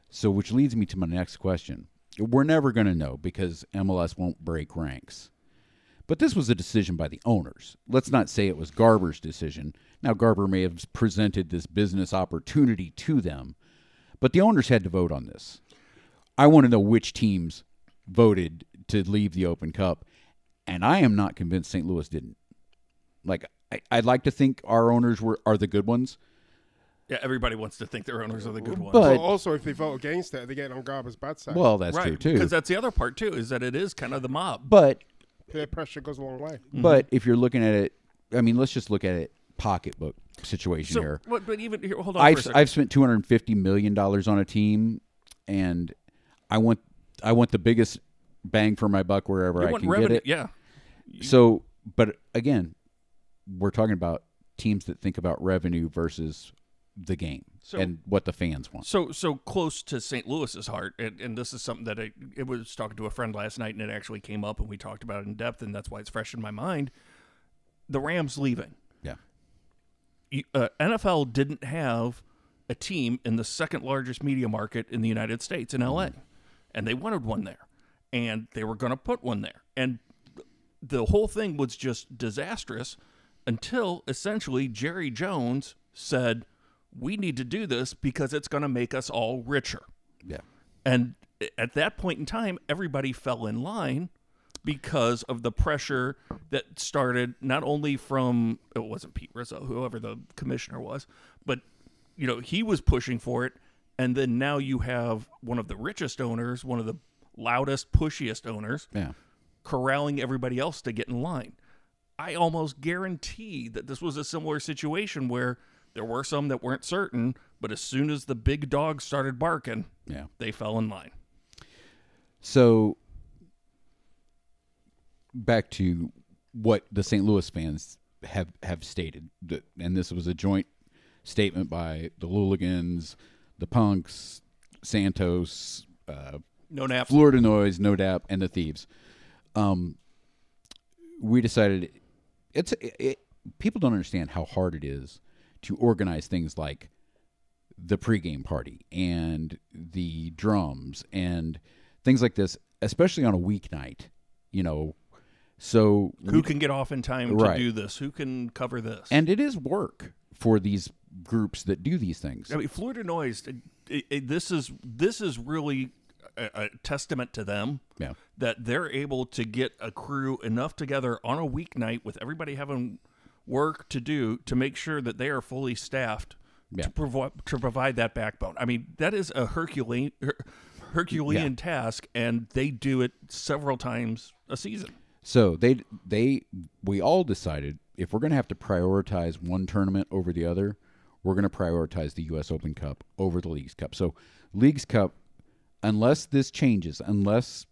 Speaker 3: So, which leads me to my next question. We're never going to know because MLS won't break ranks. But this was a decision by the owners. Let's not say it was Garber's decision. Now, Garber may have presented this business opportunity to them, but the owners had to vote on this. I want to know which teams voted to leave the Open Cup, and I am not convinced St. Louis didn't. Like, I, I'd like to think our owners were are the good ones,
Speaker 2: Yeah, everybody wants to think their owners are the good ones.
Speaker 3: but
Speaker 4: but also, if they vote against it, they get on Garber's bad side.
Speaker 3: well, that's
Speaker 2: right,
Speaker 3: true too.
Speaker 2: because that's the other part too is that it is kind of the mob.
Speaker 3: but
Speaker 4: Peer pressure goes a long way.
Speaker 2: Mm-hmm.
Speaker 3: But if you're looking at it, I mean, let's just look at it pocketbook situation
Speaker 2: so,
Speaker 3: here.
Speaker 2: but, but even here, hold on for a
Speaker 3: I've
Speaker 2: second.
Speaker 3: I've spent two hundred and fifty million dollars on a team, and I want I want the biggest bang for my buck wherever
Speaker 2: You
Speaker 3: I
Speaker 2: want
Speaker 3: can
Speaker 2: revenue,
Speaker 3: get it.
Speaker 2: yeah.
Speaker 3: So, but again, we're talking about teams that think about revenue versus the game
Speaker 2: So-
Speaker 3: and what the fans want.
Speaker 2: So so close to St. Louis's heart, and, and this is something that I it was talking to a friend last night, and it actually came up, and we talked about it in depth, and that's why it's fresh in my mind. The Rams leaving.
Speaker 3: Yeah,
Speaker 2: You- Uh, NFL didn't have a team in the second largest media market in the United States in LA, and they wanted one there, and they were going to put one there, and the whole thing was just disastrous until essentially Jerry Jones said, "We need to do this because it's going to make us all richer."
Speaker 3: yeah.
Speaker 2: And at that point in time, everybody fell in line because of the pressure that started not only from it wasn't Pete Rizzo, whoever the commissioner was, but you know, he was pushing for it. And then now you have one of the richest owners, one of the loudest, pushiest owners
Speaker 3: Yeah.
Speaker 2: corralling everybody else to get in line. I almost guarantee that this was a similar situation where there were some that weren't certain, But as soon as the big dogs started barking,
Speaker 3: Yeah.
Speaker 2: they fell in line.
Speaker 3: So back to what the St. Louis fans have have stated, that- and this was a joint statement by the Luligans, the Punks, Santos, uh,
Speaker 2: No nap.
Speaker 3: Florida Noise, No Dap, and the Thieves. Um, we decided it's it, it, people don't understand how hard it is to organize things like the pregame party and the drums and things like this, especially on a weeknight. You know, so we-
Speaker 2: Who can get off in time
Speaker 3: Right.
Speaker 2: to do this? Who can cover this?
Speaker 3: and it is work for these groups that do these things.
Speaker 2: I mean, Florida Noise. It, it, it- this is this is really a, a testament to them
Speaker 3: Yeah.
Speaker 2: that they're able to get a crew enough together on a weeknight with everybody having work to do to make sure that they are fully staffed
Speaker 3: Yeah.
Speaker 2: to provide to provide that backbone. I mean, that is a Herculean her- Herculean task, and they do it several times a season.
Speaker 3: So they they we all decided if we're going to have to prioritize one tournament over the other, we're going to prioritize the U.S. Open Cup over the Leagues Cup. So Leagues Cup, unless this changes, unless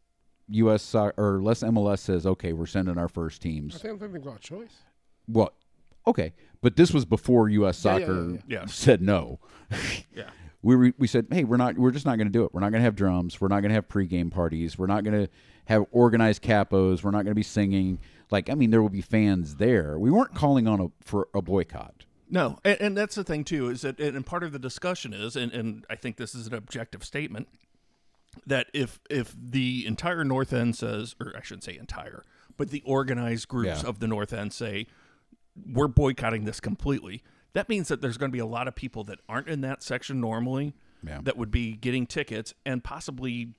Speaker 3: U.S. soc- or unless MLS says okay, we're sending our first
Speaker 4: I
Speaker 3: teams.
Speaker 4: don't think they've got a choice.
Speaker 3: Well, okay, but this was before U.S.
Speaker 4: Yeah, yeah,
Speaker 3: Soccer
Speaker 4: yeah, yeah.
Speaker 2: Yeah.
Speaker 3: said no.
Speaker 2: Yeah.
Speaker 3: we re- we said, hey, we're not, we're just not going to do it. We're not going to have drums. We're not going to have pregame parties. We're not going to have organized capos. We're not going to be singing. Like, I mean, there will be fans there. We weren't calling on a for a boycott.
Speaker 2: No, and, and that's the thing too is that, and and part of the discussion is, and, and I think this is an objective statement that if if the entire North End says, or I shouldn't say entire, but the organized groups
Speaker 3: Yeah.
Speaker 2: of the North End say we're boycotting this completely, that means that there's going to be a lot of people that aren't in that section normally
Speaker 3: Yeah.
Speaker 2: that would be getting tickets and possibly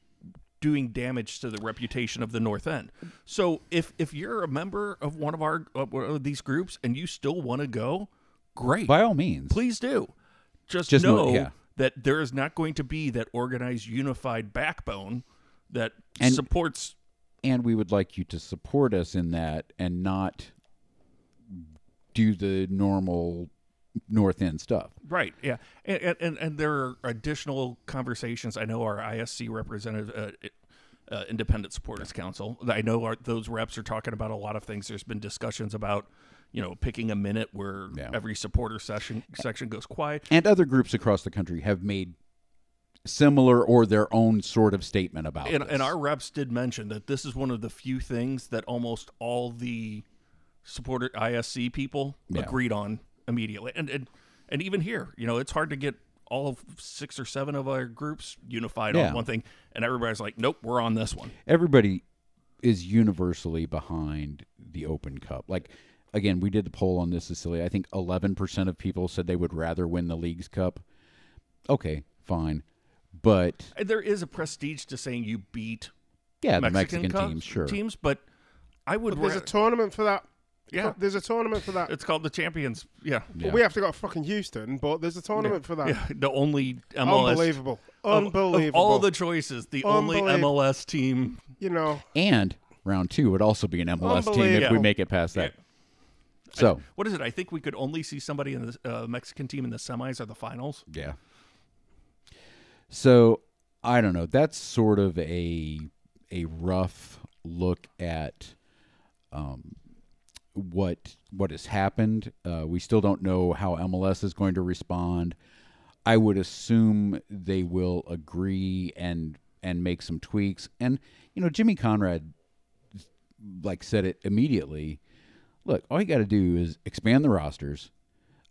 Speaker 2: doing damage to the reputation of the North End. So if if you're a member of one of our of one of these groups and you still want to go, great
Speaker 3: By all means,
Speaker 2: please do. Just,
Speaker 3: Just
Speaker 2: know
Speaker 3: know- yeah.
Speaker 2: that there is not going to be that organized, unified backbone that
Speaker 3: And-
Speaker 2: supports.
Speaker 3: and we would like you to support us in that and not do the normal North End stuff.
Speaker 2: Right. Yeah. And, and- and and there are additional conversations. I know our ISC representative. Uh, uh, Independent Supporters Council. I know our, those reps are talking about a lot of things. There's been discussions about, you know, picking a minute where
Speaker 3: Yeah.
Speaker 2: every supporter session section goes quiet.
Speaker 3: And other groups across the country have made similar or their own sort of statement about
Speaker 2: and,
Speaker 3: this.
Speaker 2: and our reps did mention that this is one of the few things that almost all the supporter ISC people
Speaker 3: Yeah.
Speaker 2: agreed on immediately. And, and and even here, you know, it's hard to get all six or seven of our groups unified
Speaker 3: Yeah.
Speaker 2: on one thing, and everybody's like, "Nope, we're on this one."
Speaker 3: everybody is universally behind the Open Cup. Like again, we did the poll on this, Cecilia. I think eleven percent of people said they would rather win the league's cup. Okay, fine, but
Speaker 2: And there is a prestige to saying you beat
Speaker 3: yeah,
Speaker 2: Mexican,
Speaker 3: the Mexican
Speaker 2: co-
Speaker 3: teams, sure.
Speaker 2: teams, but I would.
Speaker 4: But there's a
Speaker 2: ra-
Speaker 4: tournament for that.
Speaker 2: Yeah.
Speaker 4: There's a tournament for that.
Speaker 2: it's called the champions. Yeah,
Speaker 4: But we have to go to fucking Houston, but there's a tournament for that.
Speaker 2: yeah. The only MLS.
Speaker 4: Unbelievable.
Speaker 2: of- of
Speaker 4: Unbelievable.
Speaker 2: all the choices, the only
Speaker 4: Unbelievable.
Speaker 2: MLS team
Speaker 4: you know,
Speaker 3: And round two would also be an MLS team if we
Speaker 4: Unbelievable.
Speaker 3: make it past that. So
Speaker 2: what is it? I think we could only see somebody in the uh, Mexican team in the semis or the finals.
Speaker 3: yeah. So I don't know. That's sort of a a rough look at um, what what has happened. Uh, we still don't know how MLS is going to respond. I would assume they will agree and and make some tweaks. And you know, Jimmy Conrad like said it immediately. Look, all you got to do is expand the rosters,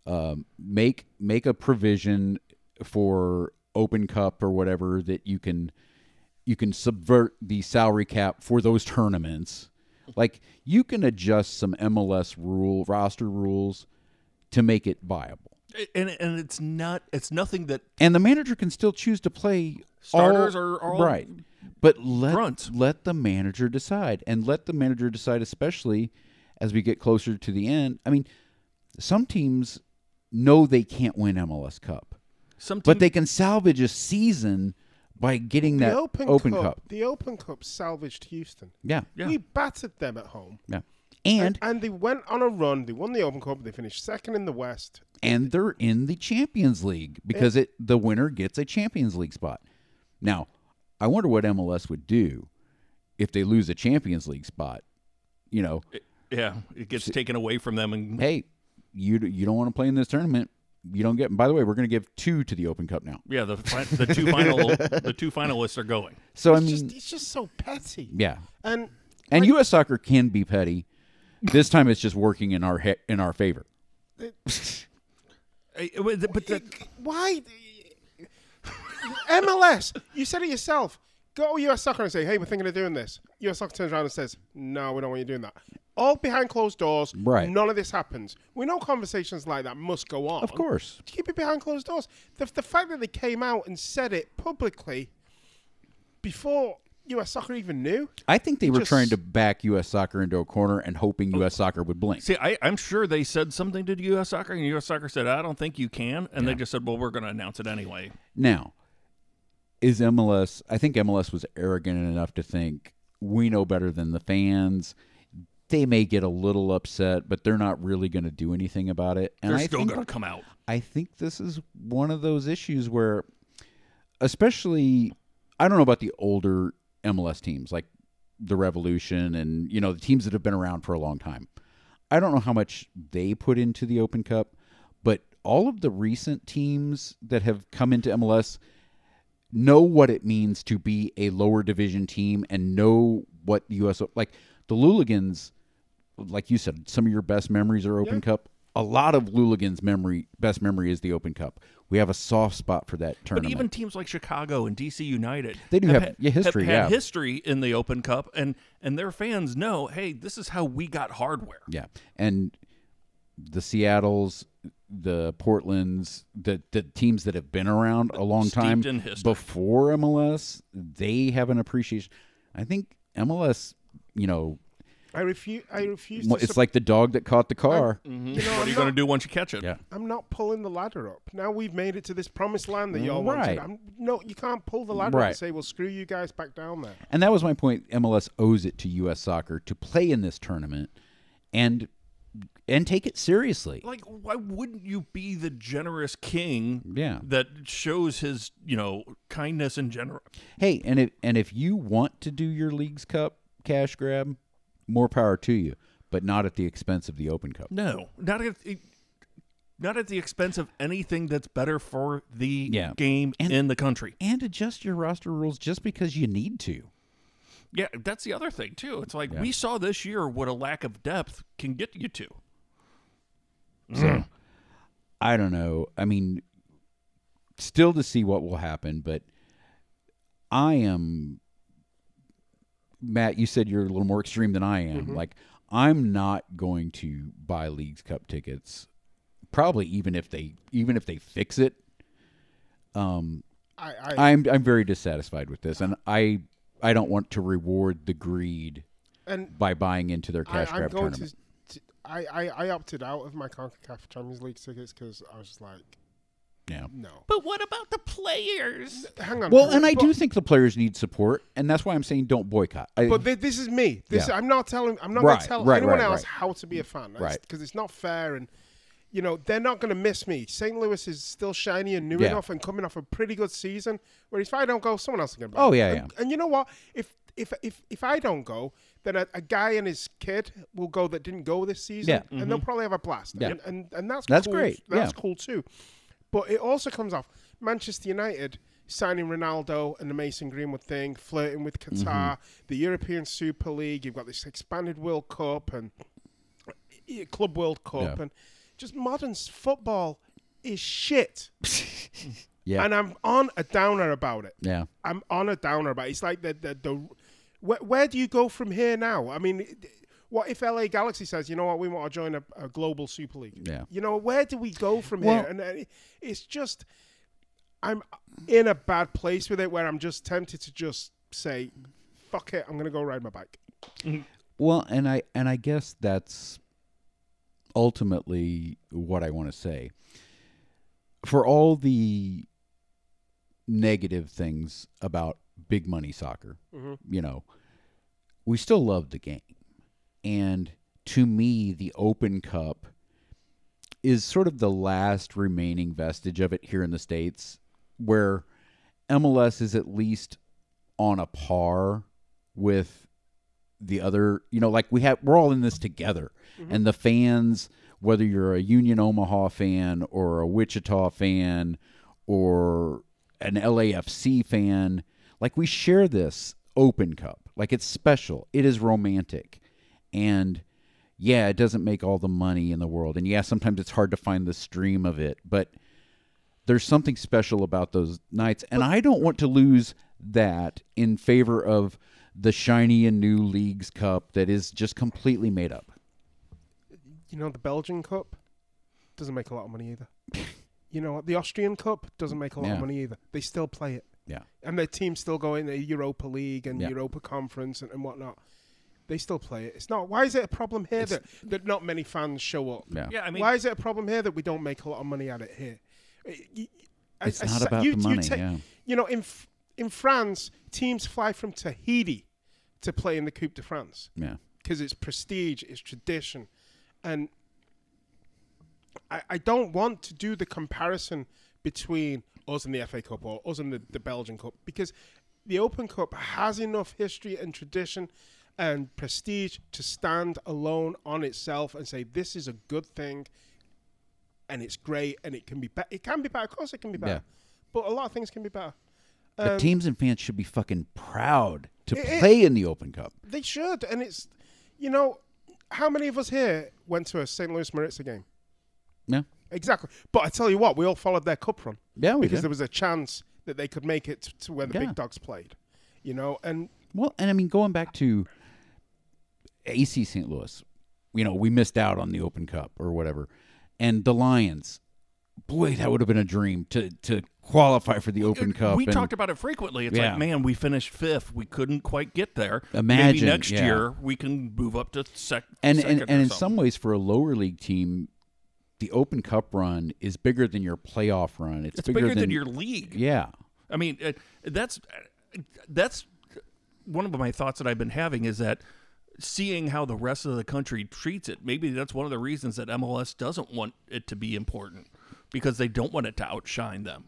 Speaker 3: um, make make a provision for Open Cup or whatever that you can you can subvert the salary cap for those tournaments. Like you can adjust some MLS rule roster rules to make it viable,
Speaker 2: And and it's not it's nothing that
Speaker 3: and the manager can still choose to play
Speaker 2: Starters
Speaker 3: all,
Speaker 2: are all
Speaker 3: right. But let
Speaker 2: grunts.
Speaker 3: let the manager decide, and let the manager decide, especially as we get closer to the end. I mean, some teams know they can't win MLS Cup,
Speaker 2: some team,
Speaker 3: but they can salvage a season by getting
Speaker 4: the
Speaker 3: that
Speaker 4: Open,
Speaker 3: open
Speaker 4: Cup,
Speaker 3: cup.
Speaker 4: The Open Cup salvaged Houston.
Speaker 3: Yeah,
Speaker 2: Yeah.
Speaker 4: We battered them at home.
Speaker 3: yeah, and
Speaker 4: And they went on a run. They won the Open Cup. They finished second in the West.
Speaker 3: and they're in the Champions League because it the winner gets a Champions League spot. Now, I wonder what MLS would do if they lose a Champions League spot. You know,
Speaker 2: Yeah, it gets taken away from them, and
Speaker 3: hey, you you don't want to play in this tournament. You don't get. By the way, we're going to give two to the Open Cup now.
Speaker 2: yeah, the fi- the two final the two finalists are going.
Speaker 3: So I
Speaker 4: It's
Speaker 3: mean,
Speaker 4: just it's just so petty.
Speaker 3: yeah.
Speaker 4: And
Speaker 3: And U.S. soccer can be petty. This time, it's just working in our he- in our favor.
Speaker 2: Uh, But but the,
Speaker 4: why MLS? You said it yourself. Go to US Soccer and say, "Hey, we're thinking of doing this." US Soccer turns around and says, "No, we don't want you doing that." All behind closed doors.
Speaker 3: Right.
Speaker 4: None of this happens. We know conversations like that must go on.
Speaker 3: Of course,
Speaker 4: keep it behind closed doors. The, the fact that they came out and said it publicly before US Soccer even knew.
Speaker 3: I think they were
Speaker 4: just-
Speaker 3: trying to back U.S. soccer into a corner and hoping U.S. soccer would blink.
Speaker 2: Oh. see, I, I'm sure they said something to U.S. Soccer, and U.S. Soccer said, "I don't think you can," and they just said, "Well, we're going to announce it anyway."
Speaker 3: Now, is MLS? I think MLS was arrogant enough to think we know better than the fans. They may get a little upset, but they're not really going to do anything about it. And
Speaker 2: They're
Speaker 3: I
Speaker 2: still
Speaker 3: think,
Speaker 2: going to come out.
Speaker 3: I think this is one of those issues where, especially, I don't know about the older MLS teams like the Revolution and you know the teams that have been around for a long time. I don't know how much they put into the Open Cup, but all of the recent teams that have come into MLS know what it means to be a lower division team and know what the US like the Luligans like you said some of your best memories are Open Cup. A lot of Luligans memory best memory is the Open Cup. We have a soft spot for that
Speaker 2: But
Speaker 3: tournament.
Speaker 2: even teams like Chicago and DC United,
Speaker 3: They do have-
Speaker 2: had-
Speaker 3: yeah, history,
Speaker 2: Have had
Speaker 3: yeah.
Speaker 2: history in the Open Cup, and and their fans know, hey, this is how we got hardware.
Speaker 3: Yeah, and the Seattle's, the Portland's, the the teams that have been around a long
Speaker 2: Steeped
Speaker 3: time
Speaker 2: in history.
Speaker 3: before MLS, they have an appreciation. I think MLS, you know,
Speaker 4: I refuse. I refuse.
Speaker 3: well,
Speaker 4: to
Speaker 3: it's like the dog that caught the car.
Speaker 4: you know,
Speaker 2: What
Speaker 4: I'm
Speaker 2: are you going to
Speaker 4: not-
Speaker 2: do once you catch it?
Speaker 3: Yeah.
Speaker 4: I'm not pulling the ladder up. Now we've made it to this promised land that y'all wanted.
Speaker 3: Right.
Speaker 4: I'm, no, you can't pull the ladder up
Speaker 3: Right.
Speaker 4: and say, "Well, screw you guys, back down there."
Speaker 3: And that was my point. MLS owes it to U.S. Soccer to play in this tournament, and and take it seriously.
Speaker 2: Like, why wouldn't you be the generous king?
Speaker 3: Yeah.
Speaker 2: That shows his, you know, kindness and generous.
Speaker 3: Hey, and if and if you want to do your league's cup cash grab, more power to you, but not at the expense of the Open Cup.
Speaker 2: No, not at it- not at the expense of anything that's better for the
Speaker 3: Yeah.
Speaker 2: game
Speaker 3: And-
Speaker 2: in the country.
Speaker 3: and adjust your roster rules just because you need to.
Speaker 2: Yeah, that's the other thing too. It's like we saw this year what a lack of depth can get you to.
Speaker 3: I don't know. I mean, still to see what will happen, but I am Matt, you said you're a little more extreme than I am.
Speaker 4: Mm-hmm.
Speaker 3: Like I'm not going to buy League's Cup tickets. Probably even if they even if they fix it.
Speaker 4: I, I,
Speaker 3: I'm I'm very dissatisfied with this and I I don't want to reward the greed
Speaker 4: and
Speaker 3: by buying into their
Speaker 4: I,
Speaker 3: cash
Speaker 4: I'm
Speaker 3: grab
Speaker 4: going
Speaker 3: tournament.
Speaker 4: to. to- I, I, I opted out of my Concacaf Champions League tickets because I was just like,
Speaker 3: yeah.
Speaker 4: no.
Speaker 2: But what about the players?
Speaker 4: Hang on.
Speaker 3: Well, and I
Speaker 4: but-
Speaker 3: do think the players need support, and that's why I'm saying don't boycott. I,
Speaker 4: But thi- this is me. This
Speaker 3: Yeah.
Speaker 4: I'm not telling. I'm not
Speaker 3: Right,
Speaker 4: gonna tell
Speaker 3: right,
Speaker 4: anyone
Speaker 3: right,
Speaker 4: else
Speaker 3: right.
Speaker 4: how to be a fan.
Speaker 3: Right.
Speaker 4: Because it's not fair, and you know they're not gonna miss me. St. Louis is still shiny and new
Speaker 3: Yeah.
Speaker 4: enough, and coming off a pretty good season. Whereas if I don't go, someone else is gonna. Buy
Speaker 3: Oh, yeah,
Speaker 4: and,
Speaker 3: yeah.
Speaker 4: And you know what? If if if if I don't go, then a, a guy and his kid will go that didn't go this season,
Speaker 3: Yeah. Mm-hmm.
Speaker 4: and they'll probably have a blast.
Speaker 3: Yeah.
Speaker 4: And, and and that's
Speaker 3: That's
Speaker 4: cool.
Speaker 3: great,
Speaker 4: That's
Speaker 3: yeah.
Speaker 4: cool too. But it also comes off Manchester United signing Ronaldo and the Mason Greenwood thing, flirting with
Speaker 3: Mm-hmm.
Speaker 4: Qatar, the European Super League. You've got this expanded World Cup and eh, Club World Cup,
Speaker 3: Yeah.
Speaker 4: and just modern s- football is shit.
Speaker 3: Yeah.
Speaker 4: and I'm on a downer about it.
Speaker 3: yeah,
Speaker 4: I'm on a downer about it. It's like the the, the where, where do you go from here now? I mean, it- what if LA Galaxy says, you know what, we want to join a, a global Super League?
Speaker 3: Yeah.
Speaker 4: You know, where do we go from
Speaker 3: Well-
Speaker 4: here? And uh, it's just, I'm in a bad place with it where I'm just tempted to just say, fuck it, I'm going to go ride my bike.
Speaker 3: well, and I and I guess that's ultimately what I want to say. For all the negative things about big money soccer, you know, we still love the game, and to me, the Open Cup is sort of the last remaining vestige of it here in the States where MLS is at least on a par with the other, you know, like we have, we're all in this together. And the fans, whether you're a Union Omaha fan or a Wichita fan or an LAFC fan, like we share this open cup. Like it's special, it is romantic. And yeah, it doesn't make all the money in the world. And yeah, sometimes it's hard to find the stream of it, but there's something special about those nights. And I don't want to lose that in favor of the shiny and new leagues cup that is just completely made up.
Speaker 4: You know the Belgian Cup doesn't make a lot of money either. you know what? The Austrian Cup doesn't make a lot
Speaker 3: Yeah.
Speaker 4: of money either. They still play it,
Speaker 3: Yeah.
Speaker 4: and their teams still go in the Europa League and
Speaker 3: Yeah.
Speaker 4: Europa Conference and, and whatnot. They still play it. It's not. Why is it a problem here that, that not many fans show up?
Speaker 3: Yeah.
Speaker 2: Yeah, I mean,
Speaker 4: why is it a problem here that we don't make a lot of money at it here? I- I- I-
Speaker 3: It's
Speaker 4: I
Speaker 3: not
Speaker 4: sa-
Speaker 3: about the money, yeah.
Speaker 4: You know, in F- in France, teams fly from Tahiti to play in the Coupe de France
Speaker 3: Yeah.
Speaker 4: because it's prestige, it's tradition, and I, I don't want to do the comparison between us and the FA Cup or us and the, the Belgian Cup because the Open Cup has enough history and tradition and prestige to stand alone on itself and say this is a good thing and it's great and it can be better. It can be better, of course, it can be better,
Speaker 3: Yeah.
Speaker 4: but a lot of things can be better.
Speaker 3: But teams and fans should be fucking proud to play in the Open Cup.
Speaker 4: They should, and it's you know how many of us here went to a St. Louis Maritza game.
Speaker 3: Yeah.
Speaker 4: Exactly. But I tell you what, we all followed their cup run.
Speaker 3: Yeah, we
Speaker 4: because
Speaker 3: did.
Speaker 4: there was a chance that they could make it to where the
Speaker 3: Yeah.
Speaker 4: big dogs played. You know, and
Speaker 3: Well, and I mean, going back to AC St. Louis, you know, we missed out on the Open Cup or whatever, and the Lions. Boy, that would have been a dream to to qualify for the Open Cup.
Speaker 2: we
Speaker 3: and-
Speaker 2: talked about it frequently. It's
Speaker 3: Yeah.
Speaker 2: like, man, we finished fifth. We couldn't quite get there. Maybe
Speaker 3: Imagine,
Speaker 2: next
Speaker 3: yeah.
Speaker 2: year we can move up to sec-
Speaker 3: and
Speaker 2: second.
Speaker 3: and, and
Speaker 2: or
Speaker 3: in
Speaker 2: something.
Speaker 3: some ways for a lower league team the open cup run is bigger than your playoff run it's,
Speaker 2: it's bigger, than, your league.
Speaker 3: yeah
Speaker 2: I mean, uh, that's uh, that's one of my thoughts that I've been having is that seeing how the rest of the country treats it, maybe that's one of the reasons that MLS doesn't want it to be important because they don't want it to outshine them.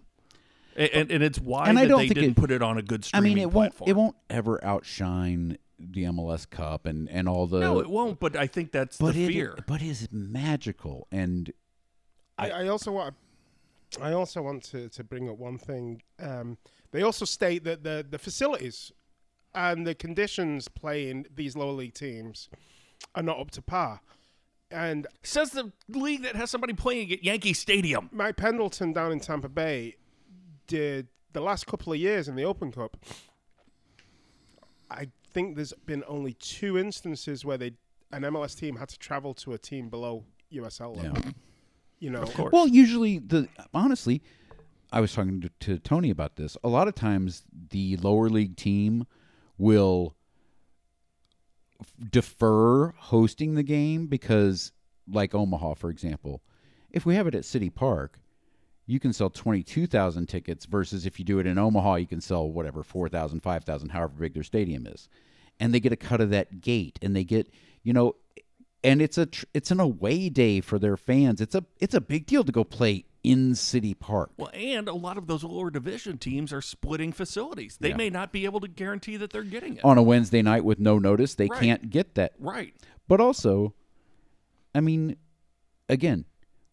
Speaker 2: And, and, and it's why
Speaker 3: And I
Speaker 2: that
Speaker 3: don't
Speaker 2: they
Speaker 3: think
Speaker 2: didn't
Speaker 3: it-
Speaker 2: put it on a good
Speaker 3: i
Speaker 2: streaming
Speaker 3: mean it won't
Speaker 2: platform.
Speaker 3: it won't ever outshine the mls cup and and all the
Speaker 2: No, it won't. But I think that's
Speaker 3: but
Speaker 2: the
Speaker 3: it
Speaker 2: fear.
Speaker 3: but it's magical and
Speaker 4: I, I also want I also want to, to bring up one thing. Um, they also state that the, the facilities and the conditions playing these lower league teams are not up to par. And
Speaker 2: Says the league that has somebody playing at Yankee Stadium.
Speaker 4: Mike Pendleton down in Tampa Bay did the last couple of years in the Open Cup. I think there's been only two instances where they an MLS team had to travel to a team below USL level. You know, of course.
Speaker 3: Well, usually the honestly, I was talking to, to Tony about this. A lot of times, the lower league team will f- defer hosting the game because, like Omaha, for example, if we have it at City Park, you can sell twenty two thousand tickets versus if you do it in Omaha, you can sell whatever 4,000, 5,000, however big their stadium is, and they get a cut of that gate, and they get you know and it's a tr- it's an away day for their fans. It's a it's a big deal to go play in City Park.
Speaker 2: Well, and a lot of those lower division teams are splitting facilities. They may not be able to guarantee that they're getting it.
Speaker 3: on a Wednesday night with no notice, they
Speaker 2: Right.
Speaker 3: can't get that.
Speaker 2: right.
Speaker 3: But also, I mean, again,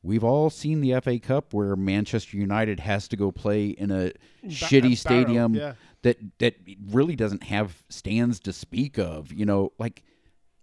Speaker 3: we've all seen the FA Cup where Manchester United has to go play in a shitty
Speaker 4: Barrow,
Speaker 3: stadium
Speaker 4: yeah.
Speaker 3: that that really doesn't have stands to speak of. You know, like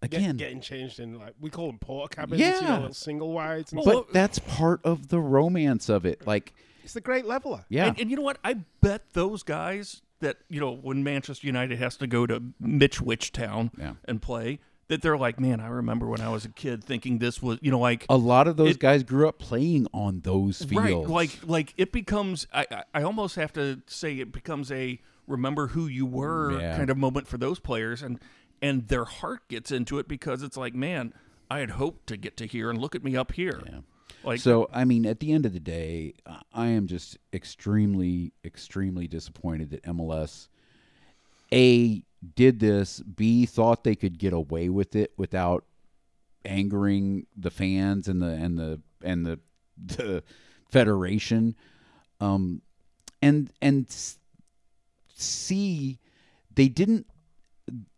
Speaker 3: again,
Speaker 4: Get, getting changed in like we call them porta cabins, you
Speaker 3: Yeah.
Speaker 4: know, little single wides. And
Speaker 3: but
Speaker 4: stuff.
Speaker 3: that's part of the romance of it. Like,
Speaker 4: it's the great leveler.
Speaker 3: yeah,
Speaker 2: And, and you know what? I bet those guys that, you know, when Manchester United has to go to Mitch Witchtown
Speaker 3: Yeah.
Speaker 2: and play, that they're like, man, I remember when I was a kid thinking this was, you know, like.
Speaker 3: a lot of those
Speaker 2: It-
Speaker 3: guys grew up playing on those fields.
Speaker 2: Right, like like it becomes. I, I I almost have to say it becomes a remember who you were
Speaker 3: Yeah.
Speaker 2: kind of moment for those players, and and their heart gets into it because it's like, man, I had hoped to get to here, and look at me up here. Like
Speaker 3: so I mean, at the end of the day, I- I am just extremely, extremely disappointed that MLS A did this, B thought they could get away with it without angering the fans and the and the and the, the federation um and and s- see they didn't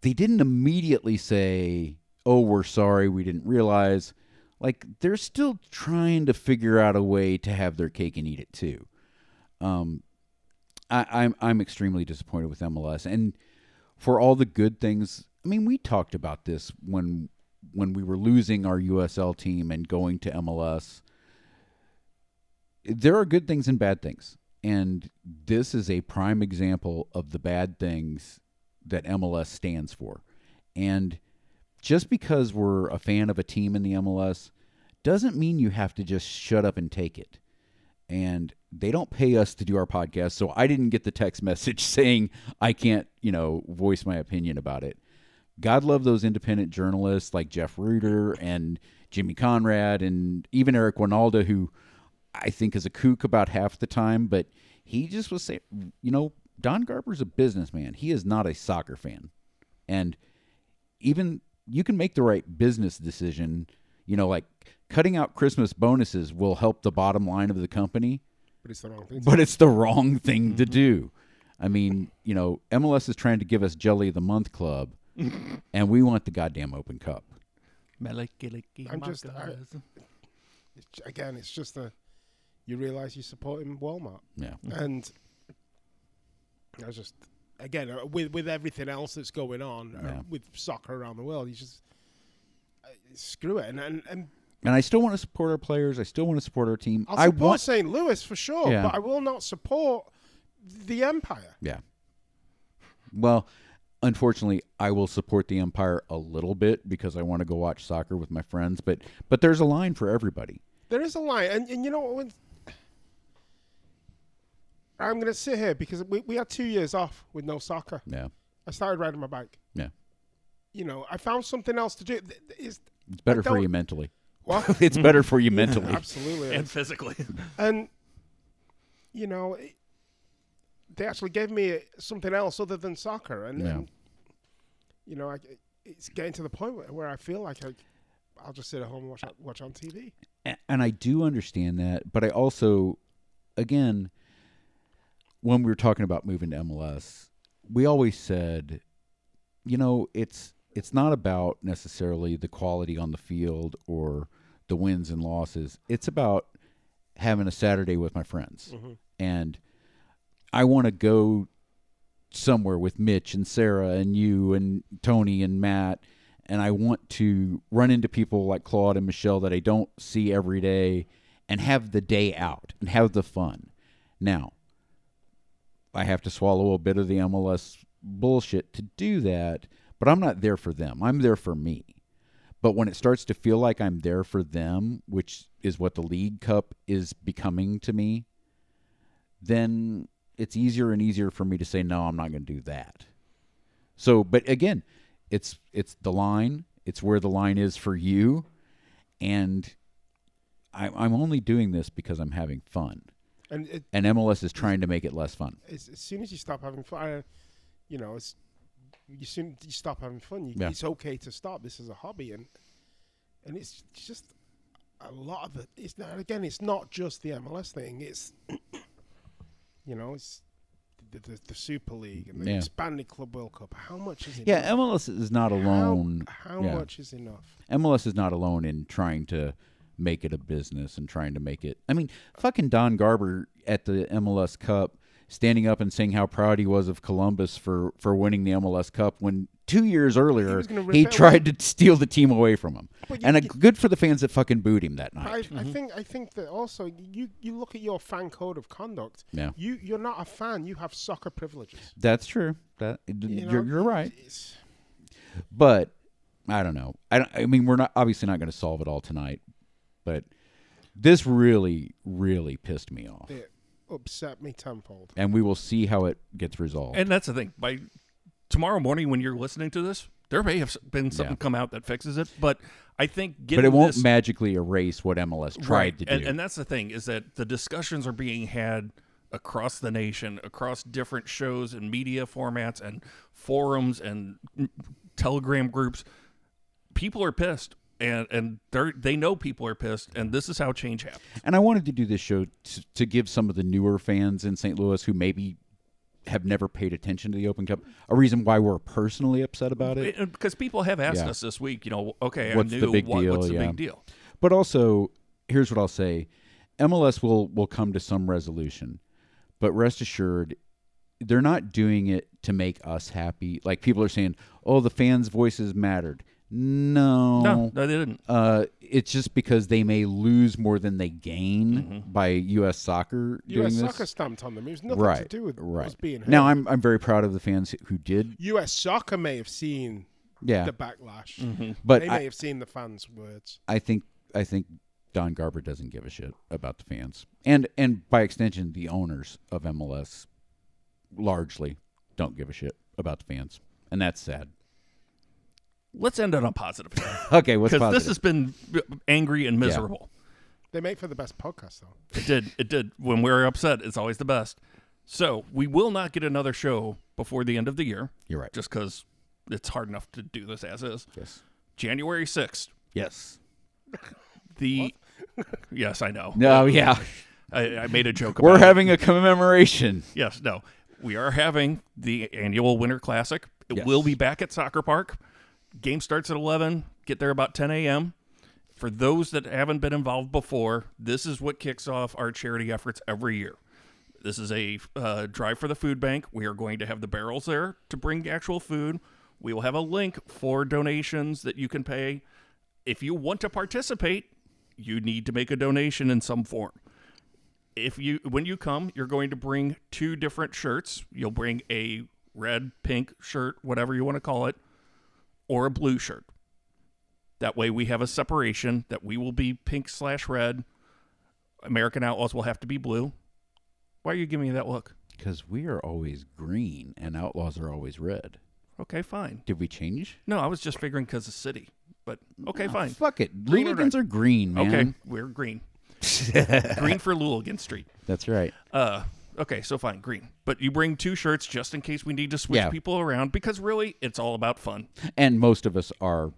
Speaker 3: they didn't immediately say oh we're sorry we didn't realize like they're still trying to figure out a way to have their cake and eat it too um I, I'm I'm extremely disappointed with MLS and for all the good things. I mean, we talked about this when when we were losing our USL team and going to MLS. There are good things and bad things, and this is a prime example of the bad things that MLS stands for. And just because we're a fan of a team in the MLS doesn't mean you have to just shut up and take it and they don't pay us to do our podcast so i didn't get the text message saying i can't you know voice my opinion about it god love those independent journalists like jeff reuter and jimmy conrad and even eric winalda who i think is a kook about half the time but he just was saying you know don garber's a businessman he is not a soccer fan and even you can make the right business decision you know like cutting out christmas bonuses will help the bottom line of the company
Speaker 4: but it's the wrong thing.
Speaker 3: but it's the wrong thing
Speaker 4: Mm-hmm.
Speaker 3: to do i mean you know mls is trying to give us jelly of the month club and we want the goddamn open cup
Speaker 4: I'm just- I- It's j- again, it's just a you realize you're supporting Walmart,
Speaker 3: yeah
Speaker 4: and I was just again uh, with with everything else that's going on uh,
Speaker 3: Yeah.
Speaker 4: with soccer around the world, you just uh, screw it. And and, and
Speaker 3: and i still want to support our players i still want to support our team
Speaker 4: I'll
Speaker 3: i
Speaker 4: support
Speaker 3: want
Speaker 4: St. Louis for sure,
Speaker 3: Yeah.
Speaker 4: but I will not support the Empire.
Speaker 3: Yeah. Well, unfortunately, I will support the Empire a little bit because I want to go watch soccer with my friends, but but there's a line for everybody.
Speaker 4: There is a line, and, and you know what? When, I'm going to sit here because we, we had two years off with no soccer.
Speaker 3: Yeah.
Speaker 4: I started riding my bike.
Speaker 3: Yeah.
Speaker 4: You know, I found something else to do. Th- th- Is
Speaker 3: It's better for
Speaker 4: don't-
Speaker 3: you mentally.
Speaker 4: well,
Speaker 3: It's better for you mentally.
Speaker 4: absolutely,
Speaker 2: and physically.
Speaker 4: and you know, it, they actually gave me something else other than soccer, and,
Speaker 3: Yeah.
Speaker 4: and, you know, I, it's getting to the point where, where I feel like I, I'll just sit at home and watch watch on TV.
Speaker 3: A- and I do understand that, but I also, again, when we were talking about moving to MLS, we always said, you know, it's it's not about necessarily the quality on the field or the wins and losses. It's about having a Saturday with my friends, and I want to go somewhere with Mitch and Sarah and you and Tony and Matt. And I want to run into people like Claude and Michelle that I don't see every day and have the day out and have the fun. Now, I have to swallow a bit of the MLS bullshit to do that, but I'm not there for them. I'm there for me. But when it starts to feel like I'm there for them, which is what the League Cup is becoming to me, then it's easier and easier for me to say no i'm not going to do that so but again it's it's the line it's where the line is for you and I, i'm only doing this because i'm having fun
Speaker 4: And it,
Speaker 3: and mls is trying to make it less fun
Speaker 4: as, as soon as you stop having fun, I, you know, it's you soon you stop having fun. You,
Speaker 3: Yeah.
Speaker 4: It's okay to stop. This is a hobby, and and it's just a lot of it. It's not again. It's not just the MLS thing. It's you know, it's the, the, the Super League and the
Speaker 3: Yeah.
Speaker 4: expanded Club World Cup. How much is enough?
Speaker 3: yeah mls is not alone
Speaker 4: How, how
Speaker 3: yeah.
Speaker 4: much is enough?
Speaker 3: MLS is not alone in trying to make it a business and trying to make it. I mean, fucking Don Garber at the MLS Cup standing up and saying how proud he was of Columbus for for winning the MLS Cup when 2 years earlier
Speaker 4: was gonna rip
Speaker 3: he
Speaker 4: it
Speaker 3: tried to steal the team away from him.
Speaker 4: But you-
Speaker 3: And a,
Speaker 4: you-
Speaker 3: good for the fans that fucking booed him that
Speaker 4: I,
Speaker 3: night.
Speaker 4: I think I think that also you you look at your fan code of conduct.
Speaker 3: Yeah.
Speaker 4: You you're not a fan. You have soccer privileges.
Speaker 3: That's true. That
Speaker 4: You know,
Speaker 3: you're, you're right.
Speaker 4: It's,
Speaker 3: But I don't know. I don't, I mean, we're not obviously not going to solve it all tonight, but this really really pissed me off.
Speaker 4: it upset me tenfold.
Speaker 3: And we will see how it gets resolved.
Speaker 2: And that's the thing. By tomorrow morning, when you're listening to this, there may have s- been something
Speaker 3: Yeah.
Speaker 2: come out that fixes it. But I think getting
Speaker 3: but it won't
Speaker 2: this,
Speaker 3: magically erase what MLS tried
Speaker 2: right,
Speaker 3: to do.
Speaker 2: and, and that's the thing is that the discussions are being had across the nation, across different shows and media formats and forums and mm, Telegram groups. People are pissed. and and they they know people are pissed, and this is how change happens.
Speaker 3: And I wanted to do this show to, to give some of the newer fans in St. Louis who maybe have never paid attention to the Open Cup a reason why we're personally upset about it.
Speaker 2: It- Because people have asked
Speaker 3: Yeah.
Speaker 2: us this week, you know, okay,
Speaker 3: What's
Speaker 2: I
Speaker 3: the
Speaker 2: knew
Speaker 3: big
Speaker 2: what, what's the
Speaker 3: deal, yeah.
Speaker 2: big deal?
Speaker 3: But also, here's what I'll say: MLS will will come to some resolution, but rest assured, they're not doing it to make us happy. Like people are saying, "Oh, the fans' voices mattered." No,
Speaker 2: No, no, they didn't.
Speaker 3: Uh, it's just because they may lose more than they gain by U.S. soccer doing
Speaker 4: US
Speaker 3: this.
Speaker 4: soccer stamped on them. It was nothing
Speaker 3: right,
Speaker 4: to do with
Speaker 3: right.
Speaker 4: us being hurt.
Speaker 3: now, I'm I'm very proud of the fans who did.
Speaker 4: US soccer may have seen
Speaker 3: Yeah, Mm-hmm.
Speaker 4: the backlash.
Speaker 3: but
Speaker 4: They
Speaker 3: I,
Speaker 4: may have seen the fans' words.
Speaker 3: I think I think Don Garber doesn't give a shit about the fans, and and by extension, the owners of MLS largely don't give a shit about the fans, and that's sad.
Speaker 2: Let's end it on positive
Speaker 3: Okay, what's
Speaker 2: because
Speaker 3: positive?
Speaker 2: this has been angry and miserable.
Speaker 4: They make for the best podcast, though.
Speaker 2: It did. It did. When we're upset, it's always the best. So we will not get another show before the end of the year,
Speaker 3: You're right.
Speaker 2: just because it's hard enough to do this as is.
Speaker 3: yes.
Speaker 2: January sixth,
Speaker 3: Yes.
Speaker 2: the yes, I know.
Speaker 3: No. Oh, Yeah.
Speaker 2: I, I made a joke.
Speaker 3: We're
Speaker 2: about it.
Speaker 3: having a commemoration.
Speaker 2: Yes, no. We are having the annual Winter Classic. It
Speaker 3: Yes.
Speaker 2: will be back at Soccer Park. Game starts at 11. Get there about 10 a.m. For those that haven't been involved before, this is what kicks off our charity efforts every year. This is a uh, drive for the food bank. We are going to have the barrels there to bring actual food. We will have a link for donations that you can pay. If you want to participate, you need to make a donation in some form if you when you come, you're going to bring two different shirts. You'll bring a red, pink shirt, whatever you want to call it, or a blue shirt. That way we have a separation that we will be pink slash red. American Outlaws will have to be blue. Why are you giving me that look?
Speaker 3: Because we are always green and outlaws are always red.
Speaker 2: Okay, fine.
Speaker 3: Did we change?
Speaker 2: No, I was just figuring because of city. But okay, fine.
Speaker 3: Oh, Fuck it.
Speaker 2: Green or
Speaker 3: Looligans are green, man.
Speaker 2: Okay, we're green. green for Luligan Street.
Speaker 3: That's right.
Speaker 2: Uh, okay, so fine, green. But you bring two shirts just in case we need to switch
Speaker 3: Yeah.
Speaker 2: people around because really, it's all about fun.
Speaker 3: And most of us are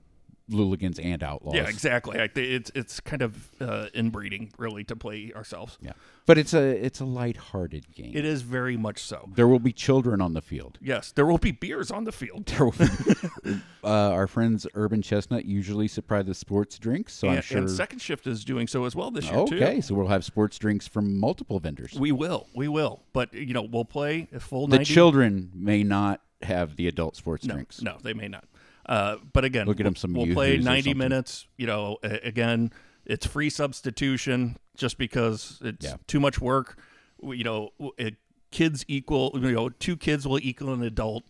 Speaker 3: Luligans and outlaws.
Speaker 2: Yeah, exactly. I, it's it's kind of uh, inbreeding really to play ourselves.
Speaker 3: Yeah. But it's a it's a lighthearted game.
Speaker 2: It is very much so.
Speaker 3: There will be children on the field.
Speaker 2: Yes, there will be beers on the field.
Speaker 3: There will be, uh, our friends Urban Chestnut usually supply the sports drinks, so I'm
Speaker 2: And,
Speaker 3: sure.
Speaker 2: and second shift is doing so as well this year too.
Speaker 3: okay, so we'll have sports drinks from multiple vendors.
Speaker 2: We will, we will. But you know, we'll play a full
Speaker 3: the
Speaker 2: 90
Speaker 3: children may not have the adult sports
Speaker 2: No,
Speaker 3: drinks.
Speaker 2: no, they may not. Uh, but again,
Speaker 3: We'll get 'em
Speaker 2: we'll-
Speaker 3: some
Speaker 2: We'll play
Speaker 3: Yoo-hoos or
Speaker 2: 90
Speaker 3: something.
Speaker 2: minutes. You know, a- again, it's free substitution just because it's
Speaker 3: Yeah.
Speaker 2: too much work. We- You know, w- it, kids equal, you know, two kids will equal an adult.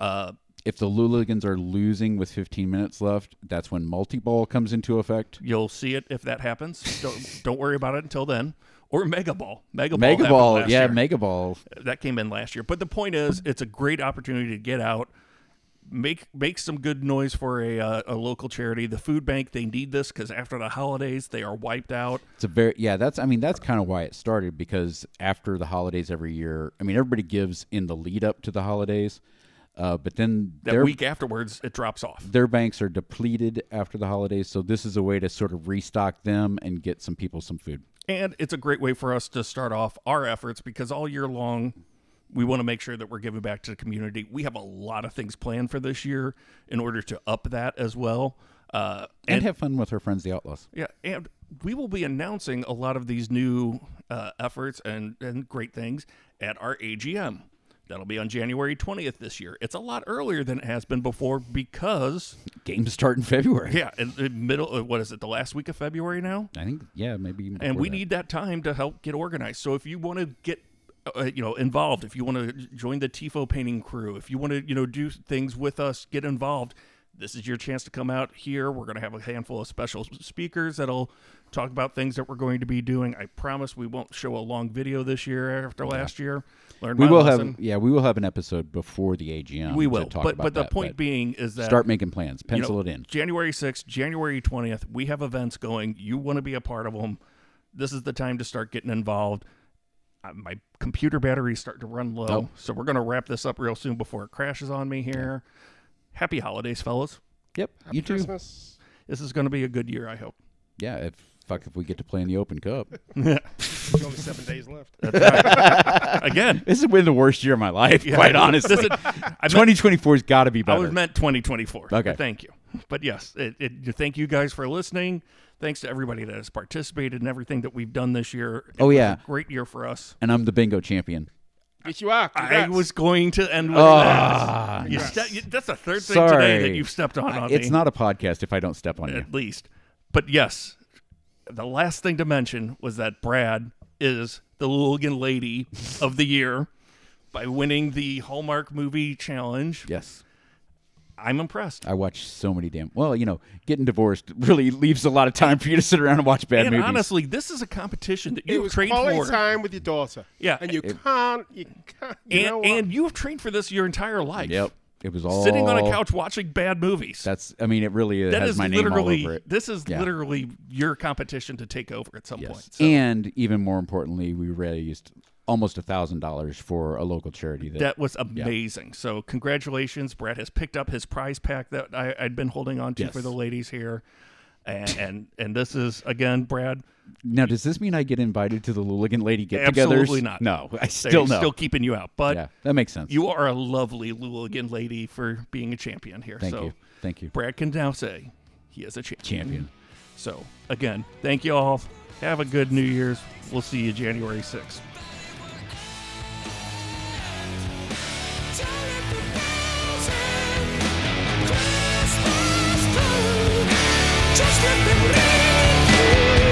Speaker 2: Uh,
Speaker 3: If the Luligans are losing with 15 minutes left, that's when multi-ball comes into effect.
Speaker 2: you'll see it if that happens. don't, don't worry about it until then. Or Mega Ball. Mega Ball.
Speaker 3: Mega
Speaker 2: happened
Speaker 3: ball,
Speaker 2: last
Speaker 3: yeah,
Speaker 2: year.
Speaker 3: mega ball.
Speaker 2: that came in last year. But the point is, it's a great opportunity to get out, make make some good noise for a uh, a local charity. The food bank they need this because after the holidays they are wiped out.
Speaker 3: It's a very yeah. That's I mean that's kind of why it started because after the holidays every year, I mean everybody gives in the lead up to the holidays, uh, but then
Speaker 2: That
Speaker 3: their,
Speaker 2: week afterwards it drops off.
Speaker 3: their banks are depleted after the holidays. So this is a way to sort of restock them and get some people some food.
Speaker 2: And it's a great way for us to start off our efforts because all year long, we want to make sure that we're giving back to the community. We have a lot of things planned for this year in order to up that as well. Uh,
Speaker 3: And, have fun with her friends, the Outlaws.
Speaker 2: Yeah, and we will be announcing a lot of these new uh, efforts and, and great things at our AGM. That'll be on January 20th this year. It's a lot earlier than it has been before because,
Speaker 3: Games start in February.
Speaker 2: yeah, in the middle, uh, what is it, the last week of February now?
Speaker 3: I think, yeah, maybe. even
Speaker 2: And
Speaker 3: before
Speaker 2: we
Speaker 3: that.
Speaker 2: need that time to help get organized. So if you want to get, uh, you know, involved, if you want to join the Tifo painting crew, if you want to, you know, do things with us, get involved. This is your chance to come out here. We're going to have a handful of special speakers that'll talk about things that we're going to be doing. I promise we won't show a long video this year after last year. Learn
Speaker 3: We
Speaker 2: my
Speaker 3: will
Speaker 2: lesson.
Speaker 3: have, yeah, we will have an episode before the AGM.
Speaker 2: we
Speaker 3: to
Speaker 2: will.
Speaker 3: talk
Speaker 2: But
Speaker 3: about
Speaker 2: but the
Speaker 3: that,
Speaker 2: point being is that
Speaker 3: start making plans,
Speaker 2: you know,
Speaker 3: pencil it in.
Speaker 2: January 6th, January 20th, we have events going. You want to be a part of them. This is the time to start getting involved. Uh, my computer battery is starting to run low,
Speaker 3: Oh.
Speaker 2: so we're going to wrap this up real soon before it crashes on me here. Happy holidays, fellas.
Speaker 3: Yep,
Speaker 4: Happy
Speaker 3: you too.
Speaker 4: Christmas.
Speaker 2: This is going to be a good year, I hope.
Speaker 3: Yeah, if fuck if we get to play in the Open Cup.
Speaker 4: There's only seven days left.
Speaker 2: Again,
Speaker 3: this has been the worst year of my life, quite honestly.
Speaker 2: This is- I, meant,
Speaker 3: 2024's got to be
Speaker 2: I
Speaker 3: better.
Speaker 2: was meant 2024.
Speaker 3: Okay.
Speaker 2: but Thank you. But yes, it, it, thank you guys for listening. Thanks to everybody that has participated in everything that we've done this year. It
Speaker 3: Oh,
Speaker 2: was
Speaker 3: yeah.
Speaker 2: a great year for us.
Speaker 3: and I'm the bingo champion.
Speaker 4: Yes, you are.
Speaker 2: I
Speaker 4: Congrats.
Speaker 2: was going to end with
Speaker 3: Ah.
Speaker 2: that. You ste- you- that's the third thing today
Speaker 3: Sorry.
Speaker 2: that you've stepped on.
Speaker 3: I-
Speaker 2: on
Speaker 3: it's
Speaker 2: me.
Speaker 3: not a podcast if I don't step on you.
Speaker 2: at least. But yes, the last thing to mention was that Brad is the Lulligan Lady of the Year by winning the Hallmark Movie Challenge.
Speaker 3: Yes.
Speaker 2: I'm impressed.
Speaker 3: I watch so many damn. Well, you know, getting divorced really leaves a lot of time for you to sit around and watch bad
Speaker 2: And
Speaker 3: movies.
Speaker 2: honestly, this is a competition that
Speaker 4: It
Speaker 2: you've
Speaker 4: was
Speaker 2: trained
Speaker 4: quality
Speaker 2: for.
Speaker 4: time with your daughter.
Speaker 2: Yeah.
Speaker 4: and you can't. You can't. You know
Speaker 2: And,
Speaker 4: what?
Speaker 2: and you've trained for this your entire life.
Speaker 3: yep, Oh. it was all
Speaker 2: Sitting on a couch watching bad movies.
Speaker 3: That's. I mean, it really
Speaker 2: That
Speaker 3: has
Speaker 2: is
Speaker 3: my name all
Speaker 2: literally
Speaker 3: over it.
Speaker 2: this is
Speaker 3: Yeah.
Speaker 2: literally your competition to take over at some
Speaker 3: Yes.
Speaker 2: point. So
Speaker 3: And even more importantly, we raised almost a thousand dollars for a local charity. That,
Speaker 2: That was amazing. So congratulations, Brett has picked up his prize pack that I, I'd been holding on to
Speaker 3: Yes.
Speaker 2: for the ladies here, and and, and this is again, Brad.
Speaker 3: now, does this mean I get invited to the Luligan Lady get-togethers?
Speaker 2: Absolutely not.
Speaker 3: No, I
Speaker 2: They're
Speaker 3: still no.
Speaker 2: still keeping you out, but
Speaker 3: yeah, that makes sense.
Speaker 2: you are a lovely Luligan lady for being a champion here.
Speaker 3: Thank
Speaker 2: so
Speaker 3: you. Thank you.
Speaker 2: Brad can now say he is a champion.
Speaker 3: Champion.
Speaker 2: So again, thank you all. Have a good New Year's. We'll see you January sixth.
Speaker 5: Just let them breathe through.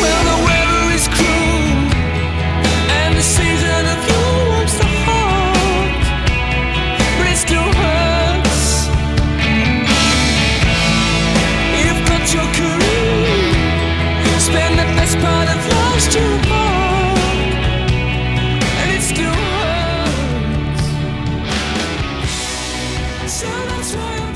Speaker 5: Well, the weather is cruel, and the season of you wants to hurt, but it still hurts. You've got your career, spend the best part of last year apart, and it still hurts. So that's why I'm